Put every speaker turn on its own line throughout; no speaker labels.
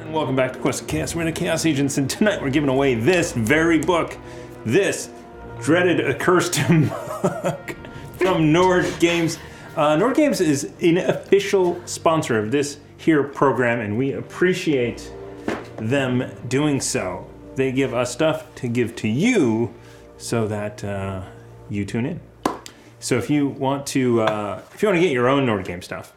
And welcome back to Quest of Chaos. We're in a Chaos Agents, and tonight we're giving away this very book, this dreaded accursed book from Nord Games. Uh, Nord Games is an official sponsor of this here program, and we appreciate them doing so. They give us stuff to give to you so that uh, you tune in. So if you want to, uh, if you want to get your own Nord Game stuff,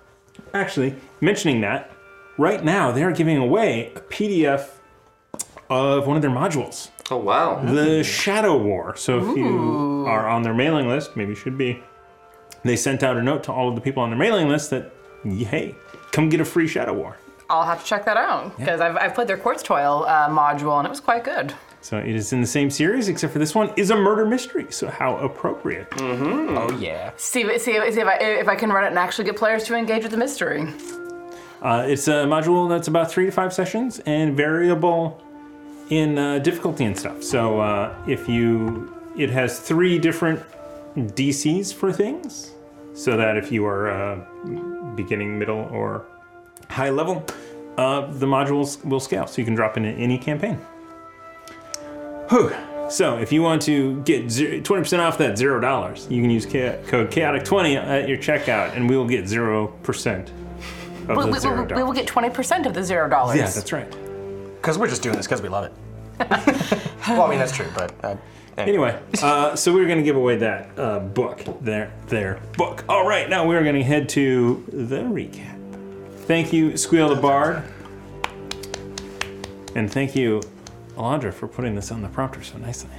actually mentioning that, right now they are giving away a PDF of one of their modules,
Oh, wow.
the Shadow War. So if you are on their mailing list, maybe you should be. They sent out a note to all of the people on their mailing list that, hey, come get a free Shadow War.
I'll have to check that out because I've, I've played their quartz toil uh, module and it was quite good.
So it is in the same series, except for this one is a murder mystery. So how appropriate.
Hmm.
See, if- see, if- see if, I, if I can run it and actually get players to engage with the mystery.
Uh, it's a module that's about three to five sessions and variable in uh, difficulty and stuff. So uh, if you, it has three different DCs for things, so that if you are uh, beginning, middle, or high level, uh, the modules will scale. So you can drop into any campaign. Whew. So if you want to get twenty percent off that zero dollars, you can use cha- code chaotic twenty at your checkout, and we will get zero percent of
We,
the
we- we-
zero
we will
dollars.
get 20% of the zero dollars.
Yeah, that's right.
Because we're just doing this because we love it. well, I mean, that's true, but. Uh,
Anyway, uh, so we're going to give away that uh, book. Their their book. All right, now we're going to head to the recap. Thank you, Squeal the Bard, and thank you, Alondra, for putting this on the prompter so nicely.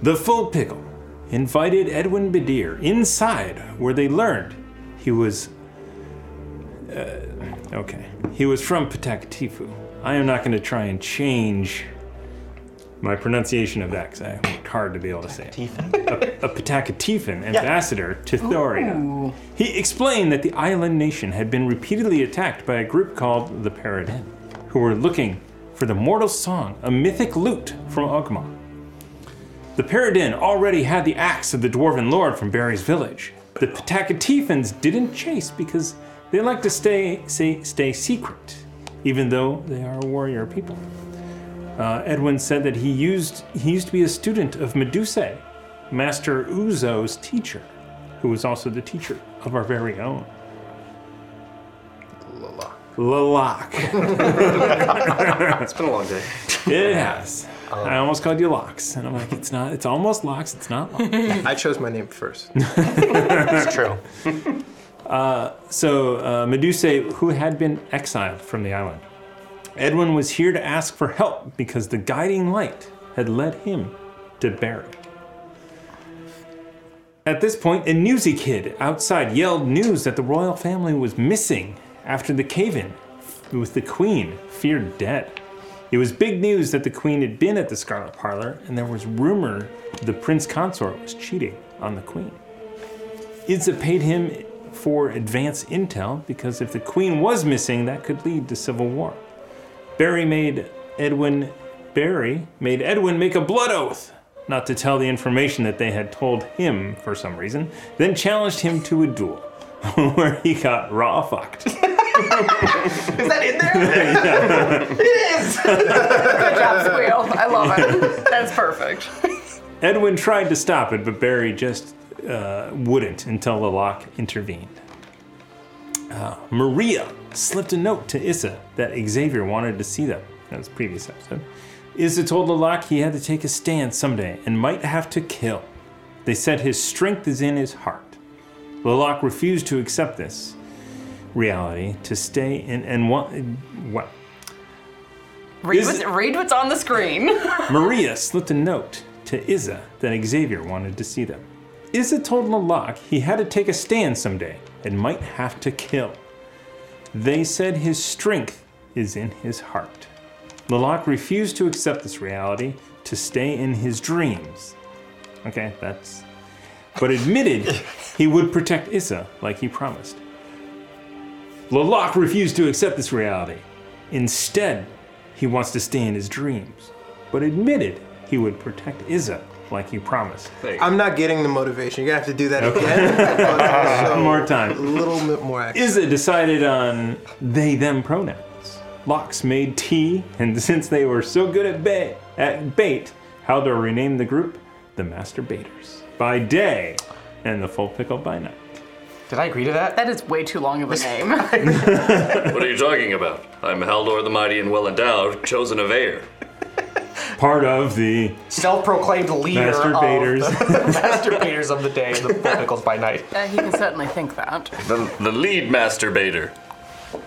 The Full Pickle invited Edwin Bedeer inside, where they learned he was. Uh, okay, he was from Patakatifu. I am not going to try and change my pronunciation of that because I worked hard to be able to say it. A, a Patakatifan ambassador to Thoria. He explained that the island nation had been repeatedly attacked by a group called the Paradin, who were looking for the Mortal Song, a mythic lute from Ogma. The Paradin already had the axe of the Dwarven Lord from Barry's village. The Patakatifans didn't chase because they like to stay, say, stay secret, even though they are warrior people. Uh, Edwin said that he used he used to be a student of Medusa, Master Uzo's teacher, who was also the teacher of our very own. Lalak.
it's been a long day.
It has. I almost called you Locks, and I'm like, it's not. It's almost Locks. It's not Locks.
I chose my name first.
It's true.
So uh, Medusa, who had been exiled from the island, Edwin was here to ask for help because the guiding light had led him to Barry. At this point, a newsy kid outside yelled news that the royal family was missing after the cave in with the queen, feared dead. It was big news that the queen had been at the Scarlet Parlor, and there was rumor the prince consort was cheating on the queen. Idza paid him for advance intel because if the queen was missing, that could lead to civil war. Barry made Edwin Barry made Edwin make a blood oath not to tell the information that they had told him for some reason, then challenged him to a duel where he got raw fucked.
Is that in there? it is.
Good job, Squeal. I love it. That's perfect.
Edwin tried to stop it, but Barry just uh, wouldn't until the lock intervened. Uh, Maria slipped a note to Issa that Xavier wanted to see them. That was previous episode. Issa told Locke he had to take a stand someday and might have to kill. They said his strength is in his heart. Locke refused to accept this reality to stay in and what what
Read,
Is
what's,
it-
read what's on the screen.
Maria slipped a note to Izza that Xavier wanted to see them. Izza told Lalak he had to take a stand someday and might have to kill. They said his strength is in his heart. Lalak refused to accept this reality to stay in his dreams. Okay, that's. But admitted he would protect Issa like he promised. Lalak refused to accept this reality. Instead, he wants to stay in his dreams, but admitted he would protect Izza like he promised.
I'm not getting the motivation. You're gonna have to do that
Okay.
again. uh,
One more
A
time.
little bit more action.
Izza decided on they them pronouns. Locks made tea, and since they were so good at bait, at bait, Haldor renamed the group the Masturbators by day, and the Full Pickle by night.
Did I agree to that?
that is way too long of a name.
What are you talking about? I'm Haldor the Mighty and Well Endowed, chosen of air.
Part of the
Self-proclaimed leader
Masturbators.
of the masturbators of the day and the pickles by night.
Uh, he can certainly think that.
The, the lead masturbator.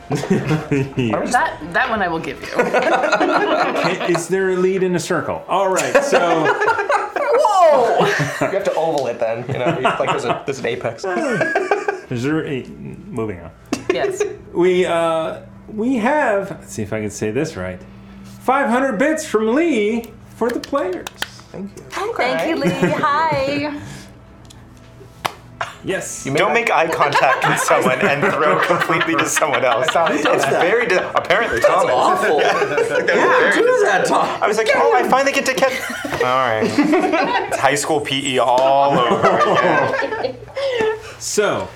That that one I will give you.
Hey, Is there a lead in a circle? All right, so
Whoa!
You have to oval it then. You know, like there's, a, there's an apex.
is there a moving on?
Yes.
We uh, we have. Let's see if I can say this right. 500 bits from Lee for the players.
Thank you, Lee. Hi.
Yes.
Don't make eye contact with someone and throw completely to someone else. It's very di- apparently Thomas.
Awful. do that, Tom.
I was like, oh, I finally get to catch. All right, It's high school PE all over again.
So,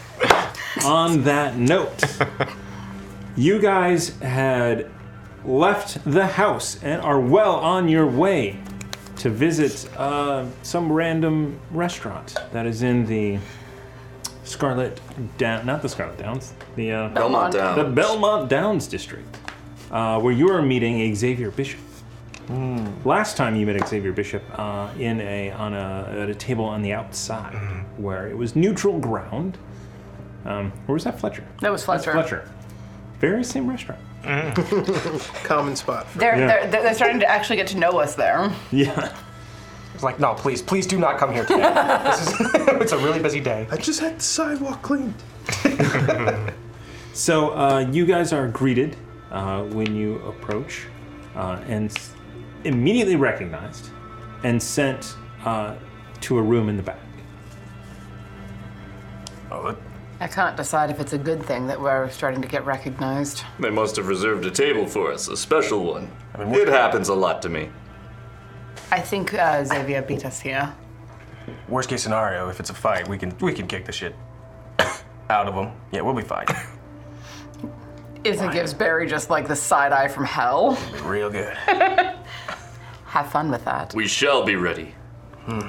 on that note, you guys had left the house and are well on your way to visit uh, some random restaurant that is in the Scarlet Down, not the Scarlet Downs, the uh,
Belmont down.
the Belmont Downs district, uh, where you are meeting Xavier Bishop. Last time you met Xavier Bishop uh, in a on a at a table on the outside, where it was neutral ground. Um, or was that Fletcher?
That was Fletcher.
Fletcher. Very same restaurant.
Common spot.
They're,
Yeah.
they're, they're, they're starting to actually get to know us there.
Yeah.
It's like, no, please, please do not come here today. This is, it's a really busy day.
I just had the sidewalk cleaned.
So uh, you guys are greeted uh, when you approach, uh, and s- immediately recognized, and sent uh, to a room in the back.
I can't decide if it's a good thing that we're starting to get recognized.
They must have reserved a table for us, a special one. it happens a lot to me.
I think uh, Xavier beat us here.
Worst case scenario, if it's a fight, we can we can kick the shit out of them. Yeah, we'll be fine.
Izzy gives Barry just like the side eye from hell.
Real good.
Have fun with that.
We shall be ready.
Hmm.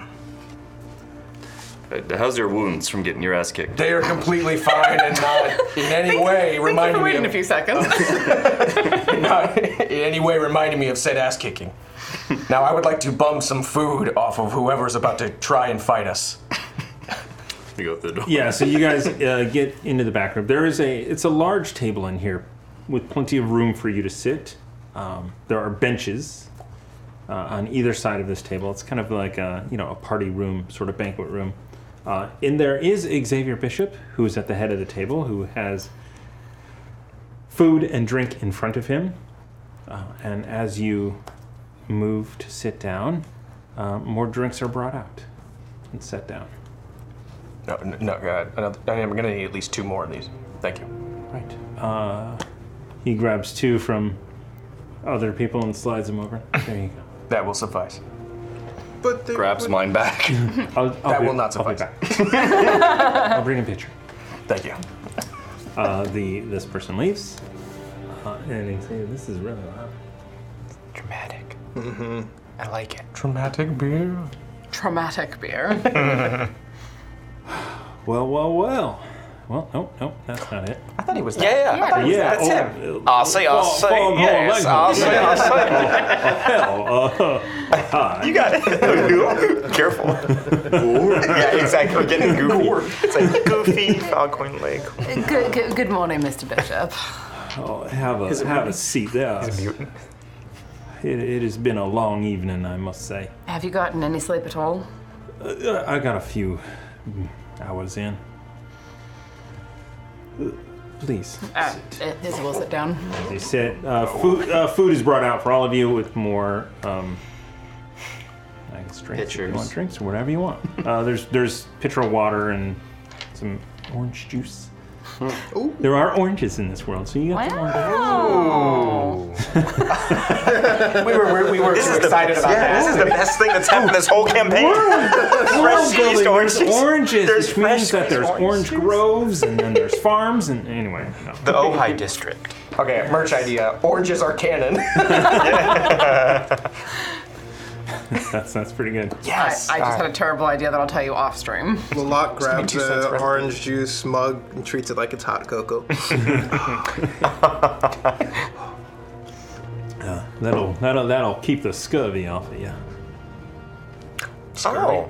Uh, How's your wounds from getting your ass kicked?
They are completely fine and not in any way
Thanks
reminding
for
me
waiting
of
a few seconds.
not in any way reminding me of said ass kicking. Now I would like to bum some food off of whoever's about to try and fight us.
You go through the door.
Yeah, so you guys uh, get into the back room. There is a it's a large table in here with plenty of room for you to sit. Um, there are benches uh, on either side of this table. It's kind of like a you know a party room sort of banquet room. Uh, and there is Xavier Bishop, who is at the head of the table, who has food and drink in front of him. Uh, and as you move to sit down, uh, more drinks are brought out and set down.
No, n- no, God. Another, I'm gonna need at least two more of these. Thank you.
Right. Uh, he grabs two from other people and slides them over. There you go.
That will suffice.
But they
Grabs mine back. that will not suffice.
I'll bring a picture.
Thank you.
Uh, the this person leaves, uh, and he's like, "This is really loud."
Dramatic.
Mm-hmm.
I like it. Traumatic beer.
Traumatic beer.
well, well, well. Well, no, no, that's not it. oh, I
thought he was.
Yeah, yeah, I thought he was- that's him. I'll say, I'll say, yes, I'll say, I'll
Oh, You
got it. Careful. yeah, exactly. We're getting goofy. It's like goofy Falcon Lake.
good, good, good morning, Mr. Bishop.
Oh, have a
Is it
have a
mutant?
seat there. He's a mutant. It, it has been a long evening, I must say.
Have you gotten any sleep at all?
Uh, I got a few mm, hours in. Uh, Please.
Ah.
Uh, this will sit down.
They sit. Uh, food, uh, food is brought out for all of you with more um, I guess drinks. if you
Pitchers.
want drinks or whatever you want. Uh, there's there's pitcher of water and some orange juice.
Hmm.
There are oranges in this world, so you got some oranges.
we were, we were
This
too
is the-
excited about
yeah,
that.
this is the best thing that's happened this whole campaign. Fresh
Well,
squeezed
Billy,
orange
There's
juice.
oranges, which means that there's
orange
orange groves and then there's farms and anyway.
The Ojai district.
Okay, merch idea. Oranges are canon.
that's that's pretty good.
I, I just had a terrible idea that I'll tell you off stream.
Lalak grabs the orange juice mug and treats it like it's hot cocoa.
Uh, that'll that'll that'll keep the scurvy off of you.
Oh.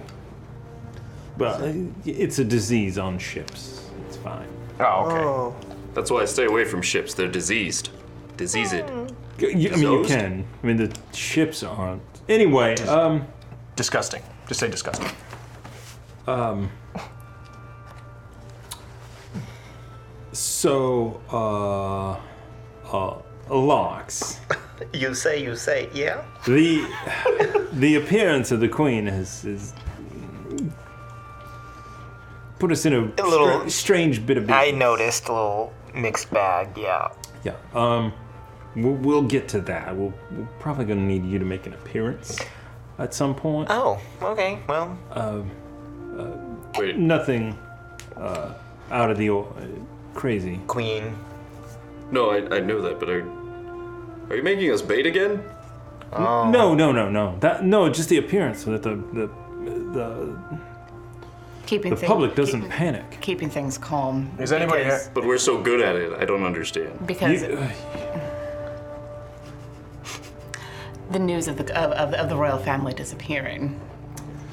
But uh, it's a disease on ships. It's fine.
Oh, okay.
That's why I stay away from ships. They're diseased. Diseased.
Mm.
Y- you- I mean, you can. I mean, the ships aren't. Anyway, um,
disgusting. Just say disgusting.
Um. So, uh, uh, Lox,
You say, you say, yeah.
the the appearance of the queen has is put us in a,
A little-
str- strange bit of business.
I noticed a little mixed bag, yeah.
Yeah. Um, we'll, we'll get to that. We'll, we're probably going to need you to make an appearance at some point.
Oh, okay, well.
Um, uh, Nothing uh, out of the o- uh, crazy.
Queen.
No, I, I knew that, but are, are you making us bait again?
Oh.
No, no, no, no. That no, just the appearance so that the the the,
Keeping
the
thing-
public doesn't panic.
Keeping things calm. because-
But we're so good at it. I don't understand.
Because-
You- uh,
The news of the of, of, of the royal family disappearing.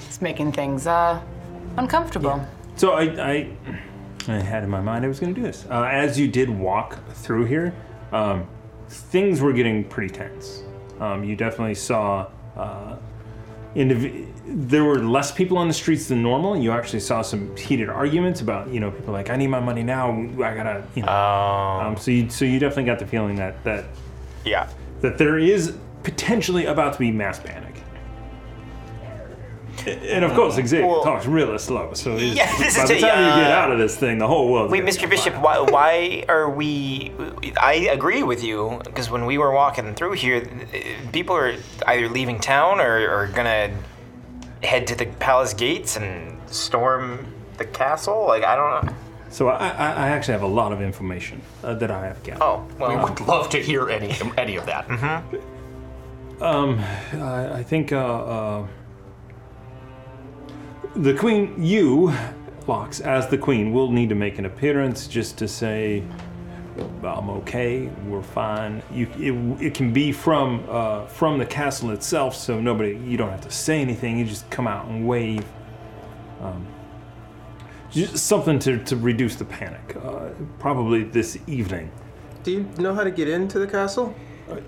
It's making things uh uncomfortable.
So I, I, I had in my mind I was going to do this. Uh, as you did walk through here, um, things were getting pretty tense. Um, you definitely saw. Uh, indiv- there were less people on the streets than normal. You actually saw some heated arguments about, you know, people like, "I need my money now. I gotta," you know. Um, so you, so you definitely got the feeling that that,
Oh. yeah,
that there is potentially about to be mass panic. And of course, Xavier talks really slow. So it's-
Yeah, this is
by the
it,
time you get
yeah.
out of this thing, the whole world.
Wait, Mr. Bishop, why, why are we? I agree with you because when we were walking through here, uh, people are either leaving town or are gonna head to the palace gates and storm the castle. Like I don't know.
So I, I, I actually have a lot of information uh, that I have gathered.
Oh, well,
we would love to hear any any of that.
Um, I, I think uh, uh, the queen, you, Locks, as the queen, will need to make an appearance just to say, "I'm okay, we're fine." You, it, it can be from uh, from the castle itself, so nobody, you don't have to say anything. You just come out and wave. Um, just something to, to reduce the panic. Uh, probably this evening.
Do you know how to get into the castle?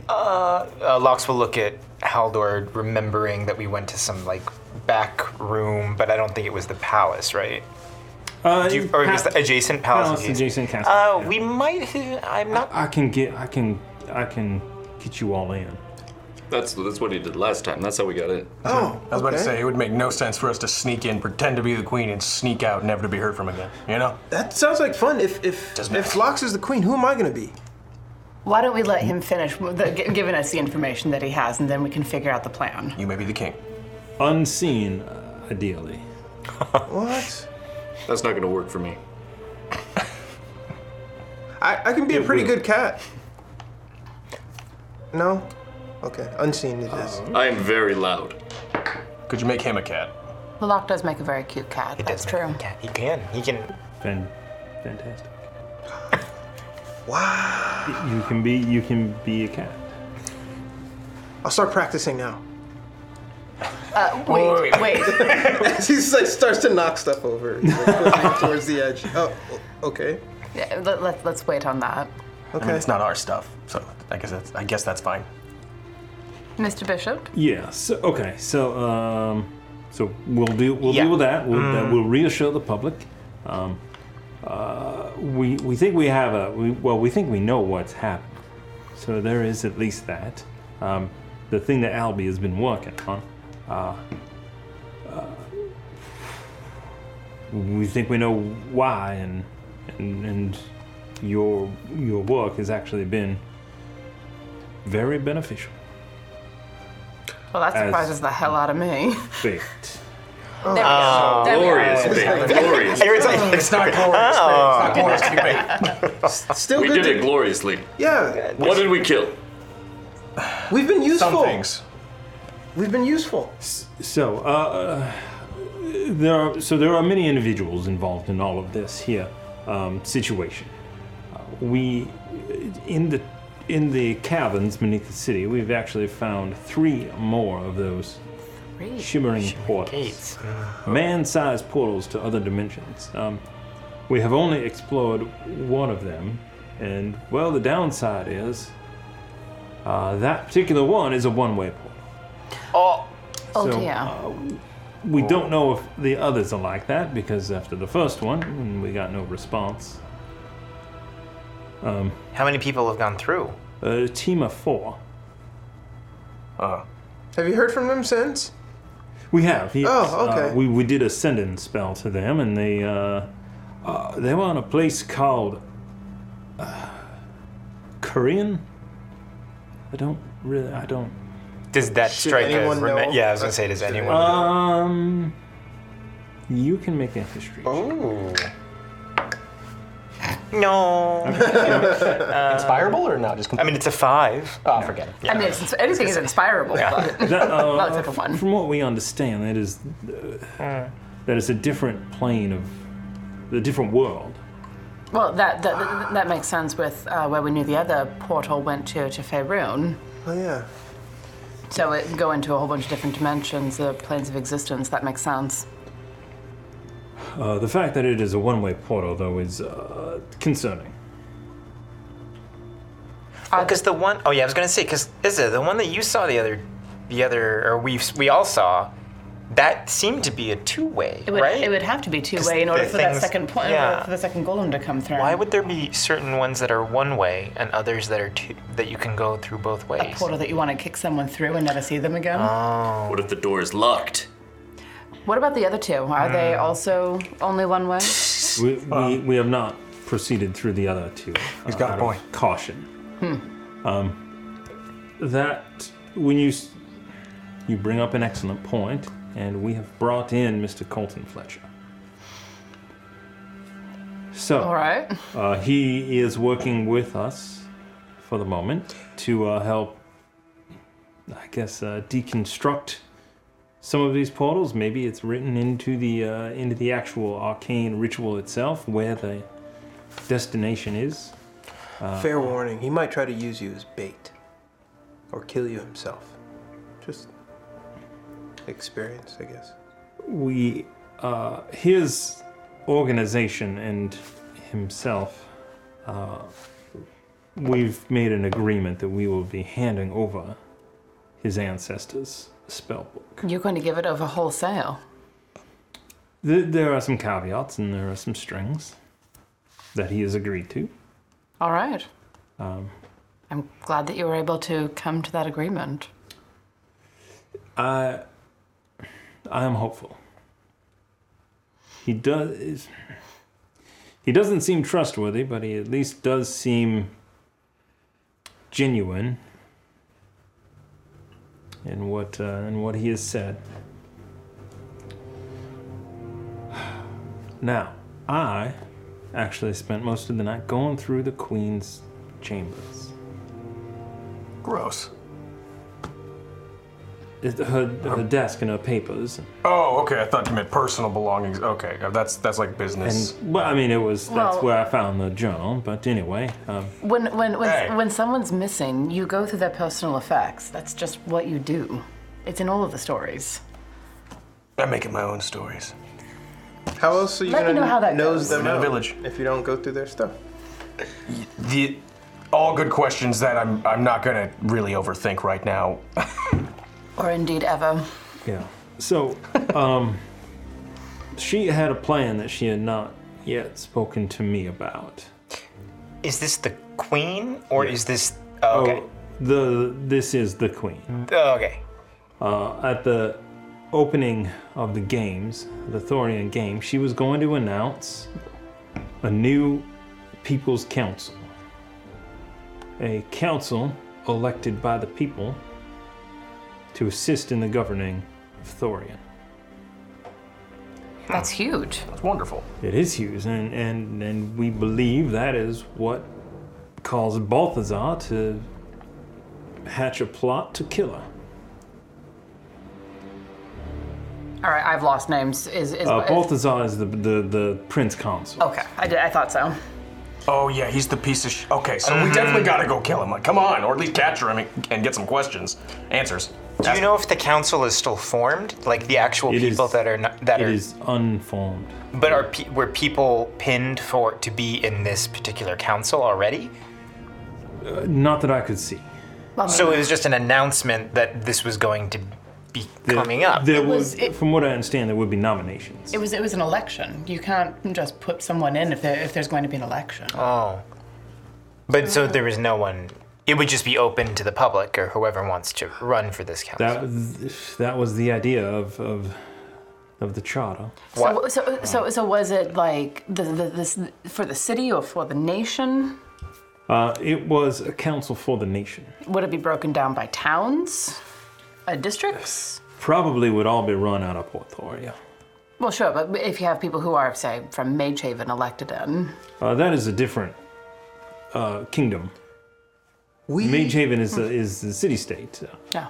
Uh, Lox will look at Haldor, remembering that we went to some like back room, but I don't think it was the palace, right?
Uh,
Do you, or it was
pa-
the adjacent palace.
palace adjacent castle.
Uh, we might have. I'm not.
I can get. I can. I can get you all in.
That's that's what he did last time. That's how we got in.
Oh, I was about to
okay.
say it would make no sense for us to sneak in, pretend to be the queen, and sneak out, never to be heard from again. You know?
That sounds like fun. If if if Lox is the queen, who am I gonna be?
Why don't we let him finish the, gi- giving us the information that he has, and then we can figure out the plan.
You may be the king.
Unseen, uh, ideally.
what?
That's not going to work for me.
I, I can be a
It
pretty
will.
good cat. No? Okay. Unseen it is.
I am very loud.
Could you make him a cat?
Locke does make a very cute cat. That's true.
He can. He can.
Fan- fantastic. wow. You can be. You can be a cat.
I'll start practicing now.
Uh, wait, wait.
he like, starts to knock stuff over he's, like, pushing towards the edge. Oh, o- okay.
Yeah, let, let, let's wait on that.
Okay. I mean, it's not our stuff, so I guess that's I guess that's fine.
Mr. Bishop?
Yeah. So okay. So um, so we'll deal we'll
Yeah.
deal with that. We'll,
Mm.
that we'll reassure the public. Um, uh, we we think we have a we, well we think we know what's happened. So there is at least that. Um, the thing that Albie has been working on. Uh, uh, we think we know why, and and, and your your work has actually been very beneficial.
Well, that
As-
surprises the hell out of me.
Faked.
There we go.
Oh.
There we go.
Glorious bait. Glorious It's like- bait. it's not glorious bait. It's not glorious
Still
we
good
did
to-
it gloriously.
Yeah.
What did we kill?
We've been useful.
Some
things.
We've been useful.
So, uh, there are so there are many individuals involved in all of this here um, situation. Uh, we in the in the caverns beneath the city, we've actually found three more of those shimmering portals, man-sized portals to other dimensions. Um, we have only explored one of them, and well, the downside is uh, that particular one is a one-way portal.
Oh.
Oh,
So,
dear.
Oh.
We don't know if the others are like that because after the first one, we got no response. Um,
How many people have gone through?
a team of four.
Uh,
Have you heard from them since?
we have. Yes.
Oh, okay.
Uh, we we did a send-in spell to them, and they uh, uh, they were on a place called uh, Korean. I don't really. I don't.
Does that strike a
anyone
rema-
know?
Yeah, I was gonna say, does anyone?
Um, you can make a history.
Oh. no.
Inspirable or not? Just
I mean, it's a five.
Oh, forget it.
I mean, it's, anything is inspirable, but
That, uh,
not a second one.
From what we understand, that is uh, that is a different plane of a different world.
Well, that that, that- that makes sense with uh, where we knew the other portal went to to Faerun.
Oh yeah.
So it can go into a whole bunch of different dimensions, the planes of existence. That makes sense.
Uh, the fact that it is a one-way portal, though, is uh, concerning.
Because the one, oh yeah, I was gonna say, because Izza, the one that you saw the other, the other, or we we all saw, that seemed to be a two-way,
It would,
right?
it would have to be two
'Cause
way in order
the
for that
things-
second point, in
yeah.
order for the second golem to come through.
Why would there be certain ones that are one way and others that are two that you can go through both
a
ways?
portal that you want to kick someone through and never see them again?
Uh.
What if the door is locked?
what about the other two? Are they
Hmm.
also only one way?
We, we, we have not proceeded through the other two. Uh, He's got a point. Caution.
Hmm.
Um, that when you s- you bring up an excellent point, and we have brought in Mr. Colton Fletcher. So.
All right.
Uh, he is working with us for the moment to uh, help, I guess, uh, deconstruct some of these portals. Maybe it's written into the uh, into the actual arcane ritual itself, where the destination is. Uh,
Fair warning, he might try to use you as bait. Or kill you himself. Just experience, I guess.
we uh, his organization and himself uh, we've made an agreement that we will be handing over his ancestors spell book.
You're going to give it over wholesale.
Th- there are some caveats and there are some strings that he has agreed to.
All right.
Um,
I'm glad that you were able to come to that agreement.
I, I am hopeful. He does. is- He doesn't seem trustworthy, but he at least does seem genuine in what uh, in what he has said. Now, I actually spent most of the night going through the queen's chambers.
Gross.
It- Her, her desk and her papers.
Oh, okay. I thought you meant personal belongings. Okay, uh, that's that's like business.
And well, I mean, it was that's
Well-
where I found the journal. But anyway, um,
When when when, when someone's missing, you go through their personal effects. That's just what you do. It's in all of the stories.
I'm making my own stories.
How else are you
Let me
gonna
know how that
nose
goes.
them
Another
out
village.
if you don't go through their stuff?
The all good questions that I'm I'm not gonna really overthink right now.
Or indeed ever.
Yeah. So, um, she had a plan that she had not yet spoken to me about.
Is this the queen or is this? oh, okay.
Oh,
Oh,
the this is the queen.
okay.
Uh, at the opening of the games, the Thorian game, she was going to announce a new people's council, a council elected by the people to assist in the governing of Thorian.
That's huge.
That's wonderful.
It is Hughes, and, and, and we believe that is what caused Balthazar to hatch a plot to kill her. Uh,
All right, I've lost names. Is is,
Uh,
is-
Balthazar is the, the, the prince consort.
okay? I, did, I thought so.
Oh yeah, he's the piece of. Sh- okay, so we definitely gotta go kill him. Like, come on, or at least capture him and, and get some questions, answers.
Do you know if the council is still formed? Like the actual people that are not, that are.
is unformed.
But are pe- were people pinned for to be in this particular council already?
Uh, not that I could see.
So it was just an announcement that this was going to be coming up.
There
was-
was, from what I understand, there would be nominations.
It was it was an election. You can't just put someone in if there if there's going to be an election.
Oh. But so there was no one. It would just be open to the public or whoever wants to run for this council.
That that was the idea of of, of the charter.
So, so so so was it like the, the this for the city or for the nation?
Uh, it was a council for the nation.
Would it be broken down by towns, uh, districts?
Probably would all be run out of Port Thoria.
Well, sure, but if you have people who are say from Magehaven elected in,
Uh, that is a different uh, kingdom. We... Magehaven is the, is the city state.
Yeah.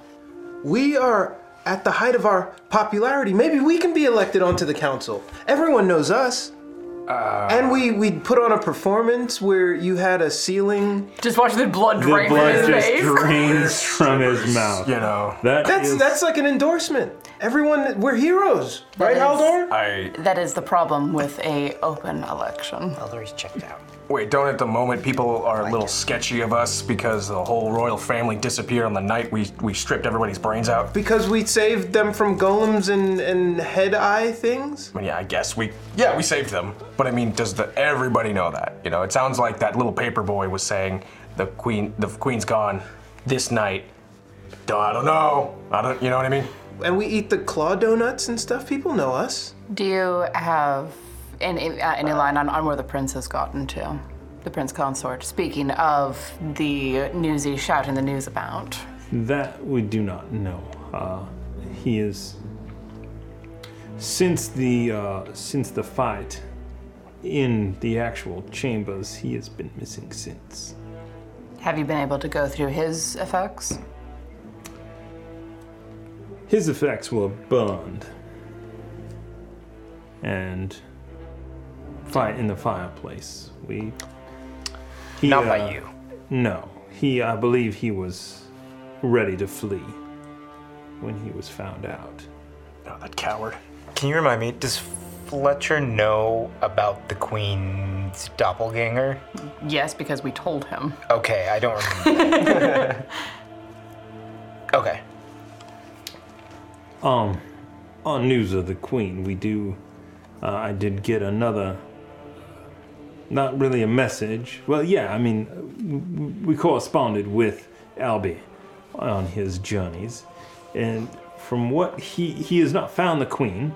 We are at the height of our popularity. Maybe we can be elected onto the council. Everyone knows us. and we we put on a performance where you had a ceiling.
Just watch the blood
The blood just drains from his mouth.
You know
that
that's
is-
that's like an endorsement. Everyone, we're heroes, right, Haldor?
I.
That is the problem with a open election.
Haldor's checked out.
Wait, don't at the moment people are a little sketchy of us because the whole royal family disappeared on the night we we stripped everybody's brains out.
Because we saved them from golems and, and head eye things.
I mean, yeah, I guess we yeah we saved them, but I mean, does the, everybody know that? You know, it sounds like that little paper boy was saying the queen the queen's gone this night. Duh, I don't know. I don't. You know what I mean?
And we eat the claw donuts and stuff. People know us.
Do you have any, uh, any line on, on where the prince has gotten to? The prince consort. Speaking of the news he's shouting the news about.
That we do not know. Uh, he is since the uh, since the fight in the actual chambers. He has been missing since.
Have you been able to go through his effects?
His effects were burned and fight in the fireplace. We he,
Not by
uh,
you.
No, he. I believe he was ready to flee when he was found out.
Oh, that coward.
Can you remind me? Does Fletcher know about the queen's doppelganger?
Yes, because we told him.
Okay, I don't remember. okay.
Um, on news of the Queen, we do. Uh, I did get another. Not really a message. Well, yeah, I mean, w- we corresponded with Albie on his journeys, and from what he he has not found the Queen,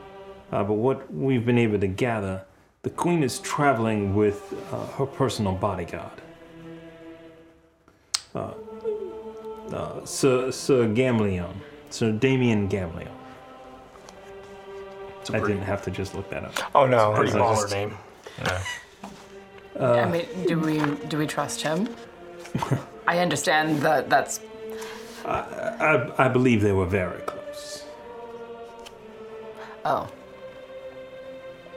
uh, but what we've been able to gather, the Queen is traveling with uh, her personal bodyguard. Uh, uh, Sir, Sir Gamlion. Sir Damien Gamlion. I didn't have to just look that up.
Oh, no.
Because
Pretty
I
baller
just-
name.
Ah.
I mean, do we do we trust him? I understand that that's
I, I believe they were very close.
oh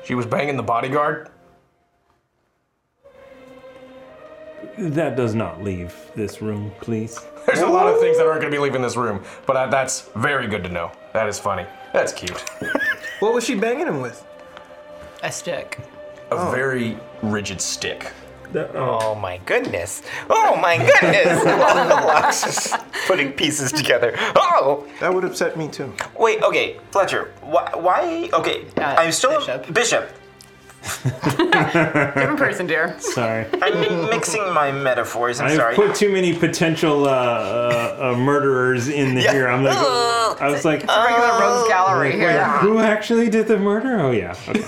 She was banging the bodyguard?
That does not leave this room, please.
There's a lot of things that aren't going to be leaving this room, but uh, that's very good to know. That is funny. That's cute.
What was she banging him with?
a stick.
A very rigid stick.
Oh my goodness. Oh my goodness. Lux is putting pieces together. Oh!
That would upset me too.
Wait, okay, Fletcher, why? why okay, I'm still. Bishop. Bishop.
Different person, dear.
Sorry.
I'm mi- mixing my metaphors. I'm
I've
sorry.
put too many potential uh, uh, uh, murderers in the here. I'm like, I was like,
Oh.
regular rogues gallery
wait,
here.
who actually did the murder? Oh yeah. Okay.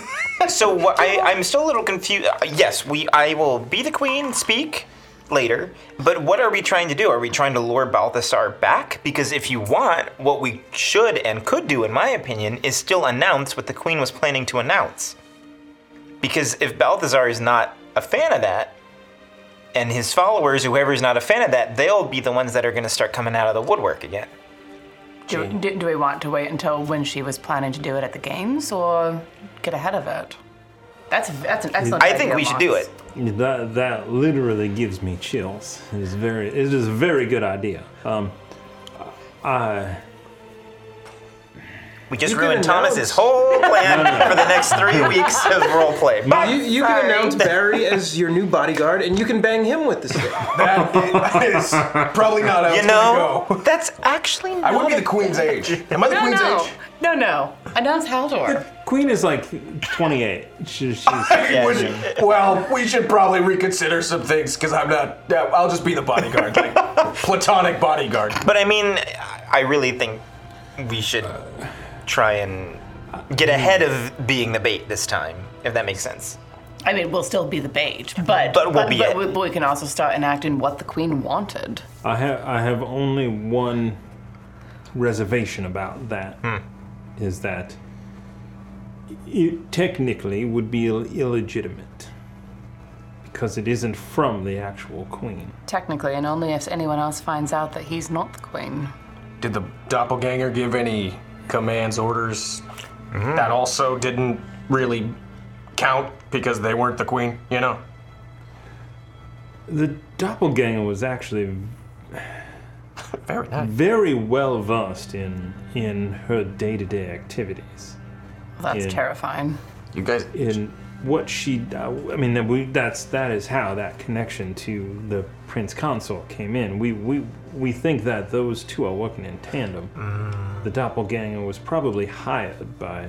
so what, I, I'm still a little confused. Uh, yes, we. I will be the queen. Speak later. But what are we trying to do? Are we trying to lure Balthasar back? Because if you want, what we should and could do, in my opinion, is still announce what the queen was planning to announce. Because if Balthasar is not a fan of that, and his followers, whoever's not a fan of that, they'll be the ones that are going to start coming out of the woodwork again.
Do, do, do we want to wait until when she was planning to do it at the games, or get ahead of it? That's that's an excellent.
I think
idea,
we should do
Lance.
it.
That that literally gives me chills. It is very it is a very good idea. Um, I
We just
You can
ruined
announce.
Thomas's whole plan for the next three weeks of roleplay.
You, you can announce Barry as your new bodyguard, and you can bang him with the stick.
That is probably not how
You
it's
know,
gonna go.
That's actually
I would be the queen's age. Am I the
no,
queen's
no.
age?
no, no, Announce Haldor.
Queen is like 28. She, she's
Would- well, we should probably reconsider some things because I'm not. yeah, I'll just be the bodyguard, like platonic bodyguard.
But I mean, I really think we should
Uh,
try and
mm.
get ahead of being the bait this time, if that makes sense.
I mean, we'll still be the bait, but
But we'll be it.
we, but we can also start enacting what the queen wanted.
I have I have only one reservation about that. Is that it technically would be Ill- illegitimate because it isn't from the actual queen.
Technically, and only if anyone else finds out that he's not the queen.
Did the doppelganger give any commands, orders? That also didn't really count because they weren't the queen, you know?
The doppelganger was actually
very
well versed in in her day to day activities.
That's
Yeah.
terrifying.
You guys
in what she uh, I mean that we that's that is how that connection to the prince consort came in. We we we think that those two are working in tandem. The doppelganger was probably hired by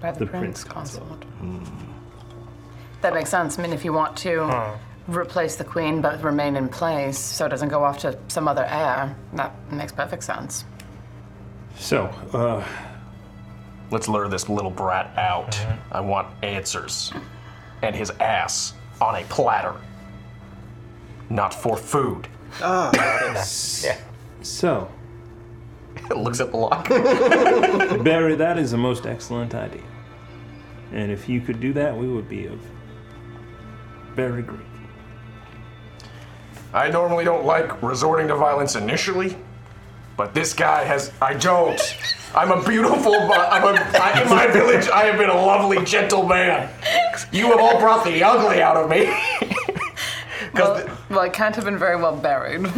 By the,
The
prince,
prince
consort. That makes sense. I mean, if you want to replace the queen but remain in place so it doesn't go off to some other heir, that makes perfect sense.
So, uh,
let's lure this little brat out. I want answers. And his ass on a platter. Not for food.
yeah.
so
Looks at the lock.
Barry, that is a most excellent idea. And if you could do that, we would be of very great.
I normally don't like resorting to violence initially, but this guy has. I don't. I'm a beautiful. bu- I'm a, I, in my village, I have been a lovely, gentle man. You have all brought the ugly out of me.
Well, well, it can't have been very well buried.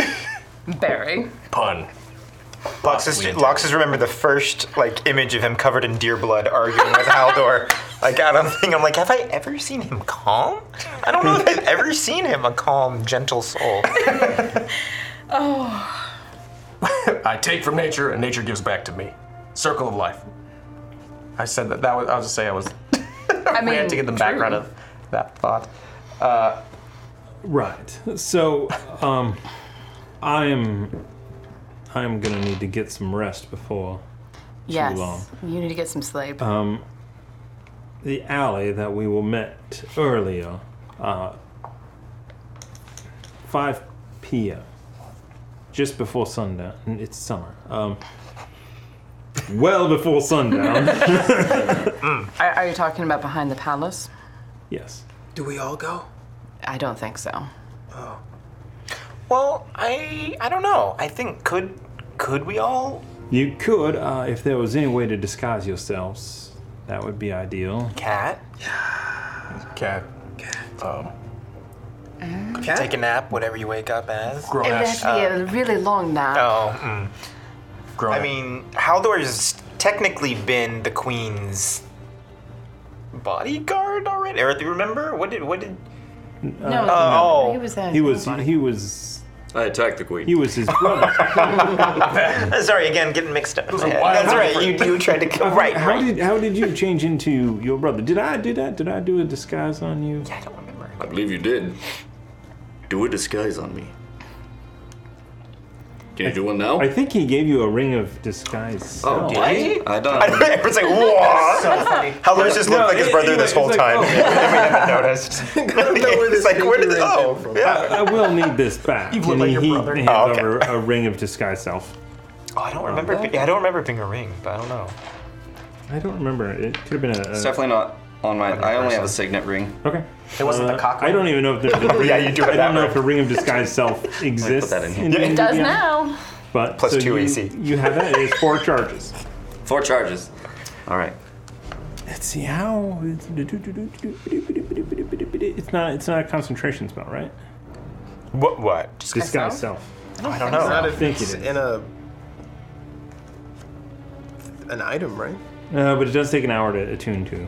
Barry.
Pun.
Lox is, Lox is remember the first like image of him covered in deer blood arguing with Haldor. Like I don't think I'm like, have I ever seen him calm? I don't know if I've ever seen him a calm, gentle soul.
Oh,
I take from nature, and nature gives back to me. Circle of Life. I said that. That was. I was just saying. I was
I mean,
ranting in the background
true.
of that thought. Uh,
Right. So, um, I am, I am gonna need to get some rest before
Yes.
too long.
You need to get some sleep.
Um, the alley that we were met earlier, uh, 5 p.m., just before sundown. and It's summer. Um, well before sundown.
Are, are you talking about behind the palace?
yes.
Do we all go? I don't think so.
Well, I I don't know. I think could could we all?
You could, uh, if there was any way to disguise yourselves, that would be ideal.
Cat.
Cat. Um,
Take a nap, whatever you wake up as.
It would have to be a really long nap.
Oh. mm. I mean, Haldor's technically been the queen's bodyguard already. Or do you remember? What did what did?
No,
Uh,
no,
oh.
he was there.
He was. He was.
I attacked the queen.
He was his brother.
Sorry again, getting mixed up. in my head. That's right. You you tried to kill. Right.
How did how did you change into your brother? Did I do that? Did I do a disguise on you?
Yeah, I don't remember.
I believe you did. Do a disguise on me. Can you do one now?
I think he gave you a ring of disguise.
Oh,
spell.
did he? I don't.
It's like, whoa!
So funny.
Haldor's just looked
No,
like his
it-
brother
anyway,
this whole
it's
time.
like, oh,
we haven't noticed. it's like, where did this? Oh, yeah.
I will need this back.
You've
And
looked like your
he
brother.
hands
Oh, okay.
over a ring of disguise self.
Oh, I don't remember. it be- I don't remember it being a ring, but I don't know.
I don't remember. It could have been a. a
It's definitely not on my. I only have a signet ring.
Okay.
It wasn't the cock
Uh, I don't even know if there's a ring.
Yeah, you do
I don't
have that
know
ring.
if a ring of disguise self exists.
that in here.
the
It does
DDM,
now.
But
Plus
so
two
you,
AC.
You have that. It's four charges.
Four charges. All right.
Let's see how. It's not. It's not a concentration spell, right?
What? What?
Disguise self.
I don't
It's
know.
Not if
Think
it's
it
in a an item, right?
Uh, but it does take an hour to attune to.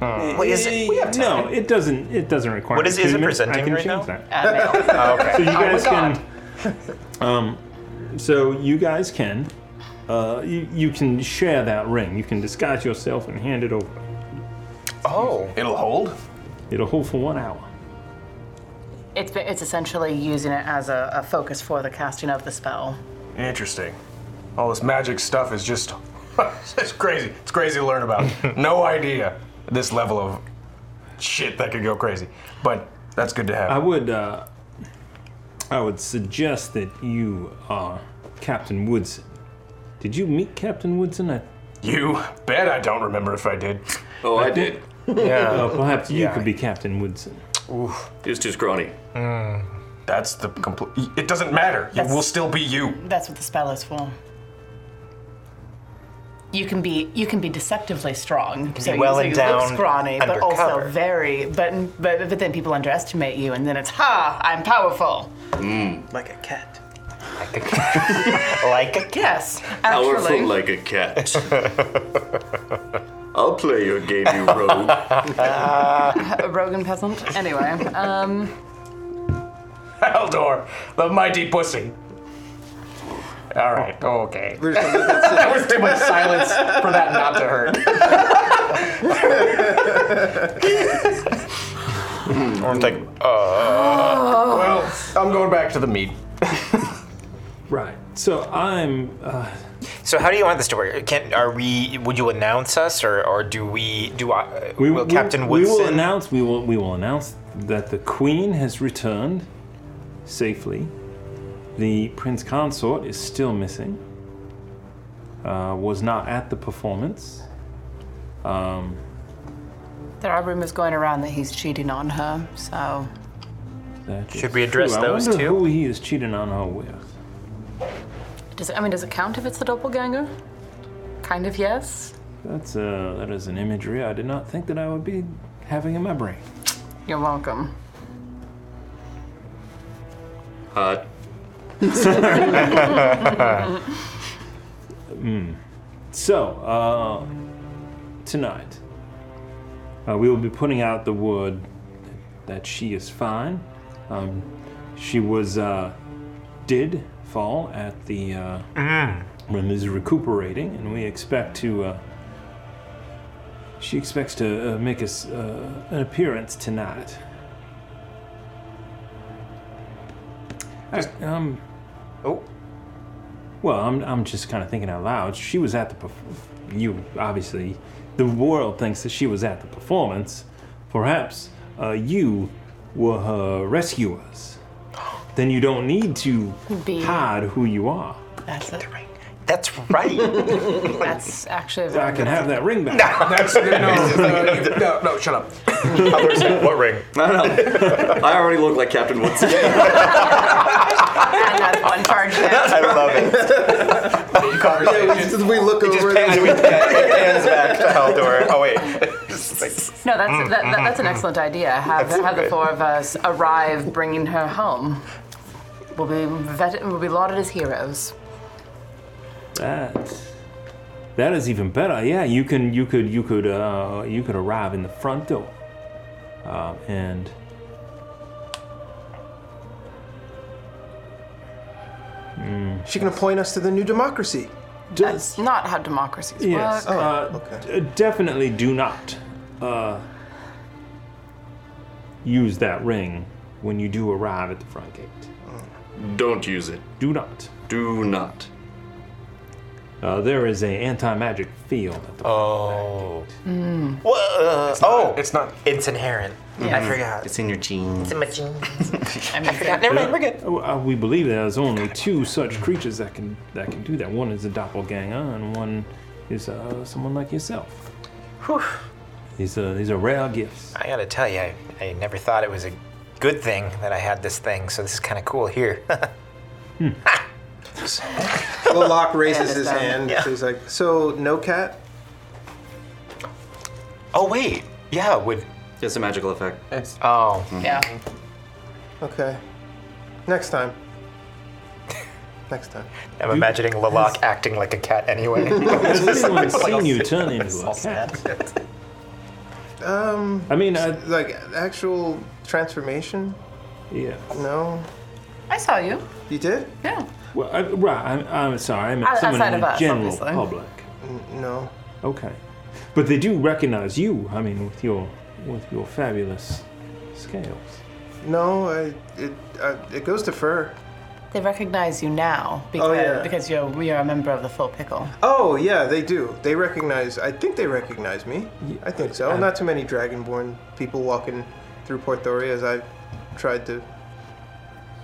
Well, is it- we have
No, it doesn't. It doesn't require.
What is- is it
attunement. I
presenting
can
right
change
now?
that.
Oh, okay.
So you
Oh my
guys
God.
can. Um, so you guys can. Uh, you, you can share that ring. You can disguise yourself and hand it over.
Oh.
It'll hold.
It'll hold for one hour.
It's, been, it's essentially using it as a, a focus for the casting of the spell.
interesting. All this magic stuff is just. it's crazy. It's crazy to learn about. no idea this level of shit that could go crazy. But that's good to have.
I would. Uh, I would suggest that you are Captain Woodson. Did you meet Captain Woodson? I
You bet I don't remember if I did.
Oh, I did.
Yeah.
Uh, perhaps you
Yeah.
could be Captain Woodson.
Oof.
He was too scrawny.
That's the complete. It doesn't matter. It will still be you.
That's what the spell is for. You can be you can be deceptively strong. You
be
so you-
well
so you look
endowed,
scrawny, but also
undercover.
very. But, but but then people underestimate you, and then it's ha! I'm powerful.
Like a cat. Like a cat. like a
Yes, actually.
Powerful like a cat. I'll play your game, you rogue.
a Rogan peasant. Anyway, um,
Haldor, the mighty pussy. All right.
Oh.
Okay.
there
was too much silence for that not to hurt.
Or it's like, uh.
Well, I'm going back to the meat.
Right. So I'm. Uh,
So how do you want this to work? Can are we? Would you announce us, or or do we? Do I?
we
will
we-
Captain
we will
Woodson?
announce. We will. We will announce that the Queen has returned safely. The Prince Consort is still missing. Uh, was not at the performance. Um,
there are rumors going around that he's cheating on her. So
that
Should
is
we address
true.
those
I wonder
two?
who he is cheating on her with.
does it, I mean does it count if it's the doppelganger? Kind of yes.
That's uh, that is an imagery I did not think that I would be having in my brain.
You're welcome.
Hot.
Mm. So, uh, tonight, uh, we will be putting out the word that she is fine. Um, she was, uh, did fall at the, uh, Rim is recuperating, and we expect to. Uh, she expects to uh, make us uh, an appearance tonight. I, um.
Oh.
Well, I'm, I'm just kind of thinking out loud. She was at the. perf- You obviously, the world thinks that she was at the performance. Perhaps uh, you were her rescuers. Then you don't need to
Be-
hide who you are.
That's it.
That's right.
That's actually a
So I
very
can
good
have that ring back. That's,
no, no, no, shut up.
what ring?
No, no. I already look like Captain Woodson.
That's one charge down.
I love
Yeah, we, we look over and-
Hands back to Haldor. Oh wait. Just like-
No, that's that, that, that's an excellent idea. Have
That's
have the
okay.
four of us arrive, bringing her home. We'll be vet- we'll be lauded as heroes.
That that is even better. Yeah, you can you could you could uh, you could arrive in the front door, um, and
She can appoint us to the new democracy.
that's not how democracies
yes,
work.
uh, d- definitely do not uh, use that ring when you do arrive at the front gate.
Don't use it.
Do not.
Do not.
Uh, there is a anti-magic field at the
Oh.
Mm.
Wha- uh, oh.
It's not.
It's inherent. I
Yeah.
forgot.
It's in your genes.
It's in my jeans.
I
I
mean,
forgot. Never mind. We're good.
Uh, we believe there's only two such creatures that can that can do that. One is a doppelganger, and one is uh, someone like yourself.
Whew.
These are these are rare gifts.
I gotta tell you, I, I never thought it was a good thing that I had this thing. So this is kind of cool here.
Lalak raises
Yeah,
his
it's down.
hand.
Yeah.
He's like, so no cat?
oh wait. Yeah. Would.
It's a magical effect.
It's
Oh.
yeah.
Okay. Next time. Next time.
I'm imagining Lalak acting like a cat anyway.
Has anyone
It's like-
seen you turn into a cat?
Um,
I mean, I,
like actual transformation?
yeah.
No.
I saw you.
You did?
Yeah.
Well, I, right. I'm, I'm sorry. I meant
Out-
someone
outside
in
of
the
us,
general
obviously.
public.
N- no.
Okay, but they do recognize you. I mean, with your with your fabulous scales.
No. I, it I, it goes to fur.
They recognize you now because
yeah.
because you're we are a member of the Full Pickle.
Oh yeah, they do. They recognize. I think they recognize me. I think so. Not too many Dragonborn people walking through Porthoria as I've tried to.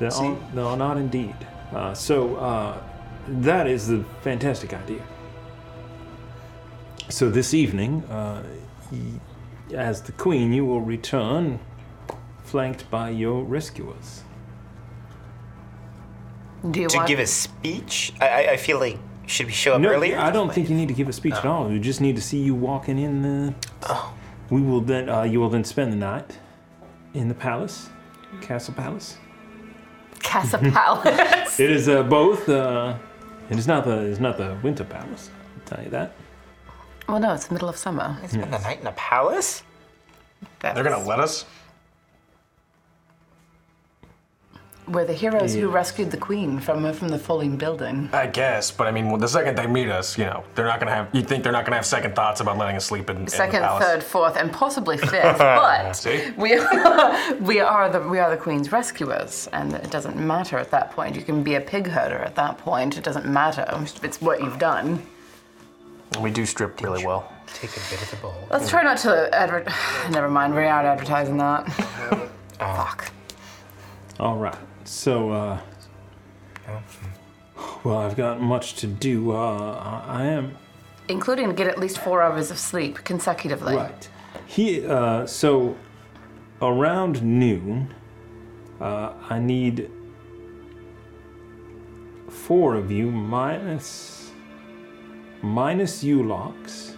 They
See?
are, they are not indeed. Uh, so uh, that is the fantastic idea. So this evening, uh, y- as the queen, you will return, flanked by your rescuers.
Do you
to
want
give a speech? I, I, I feel like should we show up
no,
earlier?
I don't think you need to give a speech at all. We just need to see you walking in the. We will then. Uh, you will then spend the night in the palace, castle palace.
Casa Palace?
It is uh, both. Uh, it is not the. It's not the winter palace. I'll tell you that.
well, no, it's the middle of summer.
Spend the night in a palace?
They're gonna let us.
We're the heroes who rescued the queen from from the falling building.
I guess, but I mean, well, the second they meet us, you know, they're not gonna have. You would think they're not gonna have second thoughts about letting us sleep in, in
Second,
the palace.
third, fourth, and possibly fifth, but
See?
we are, we are the we are the queen's rescuers, and it doesn't matter at that point. You can be a pig herder at that point. It doesn't matter. It's what you've done.
We do strip really well.
Take a bit of the bowl.
Let's try not to advert. Never mind. We're not advertising that. Fuck.
All right. So, uh, well, I've got much to do. Uh, I I am
Including get at least four hours of sleep consecutively.
right. He. Uh, so, around noon, uh, I need four of you minus minus you locks.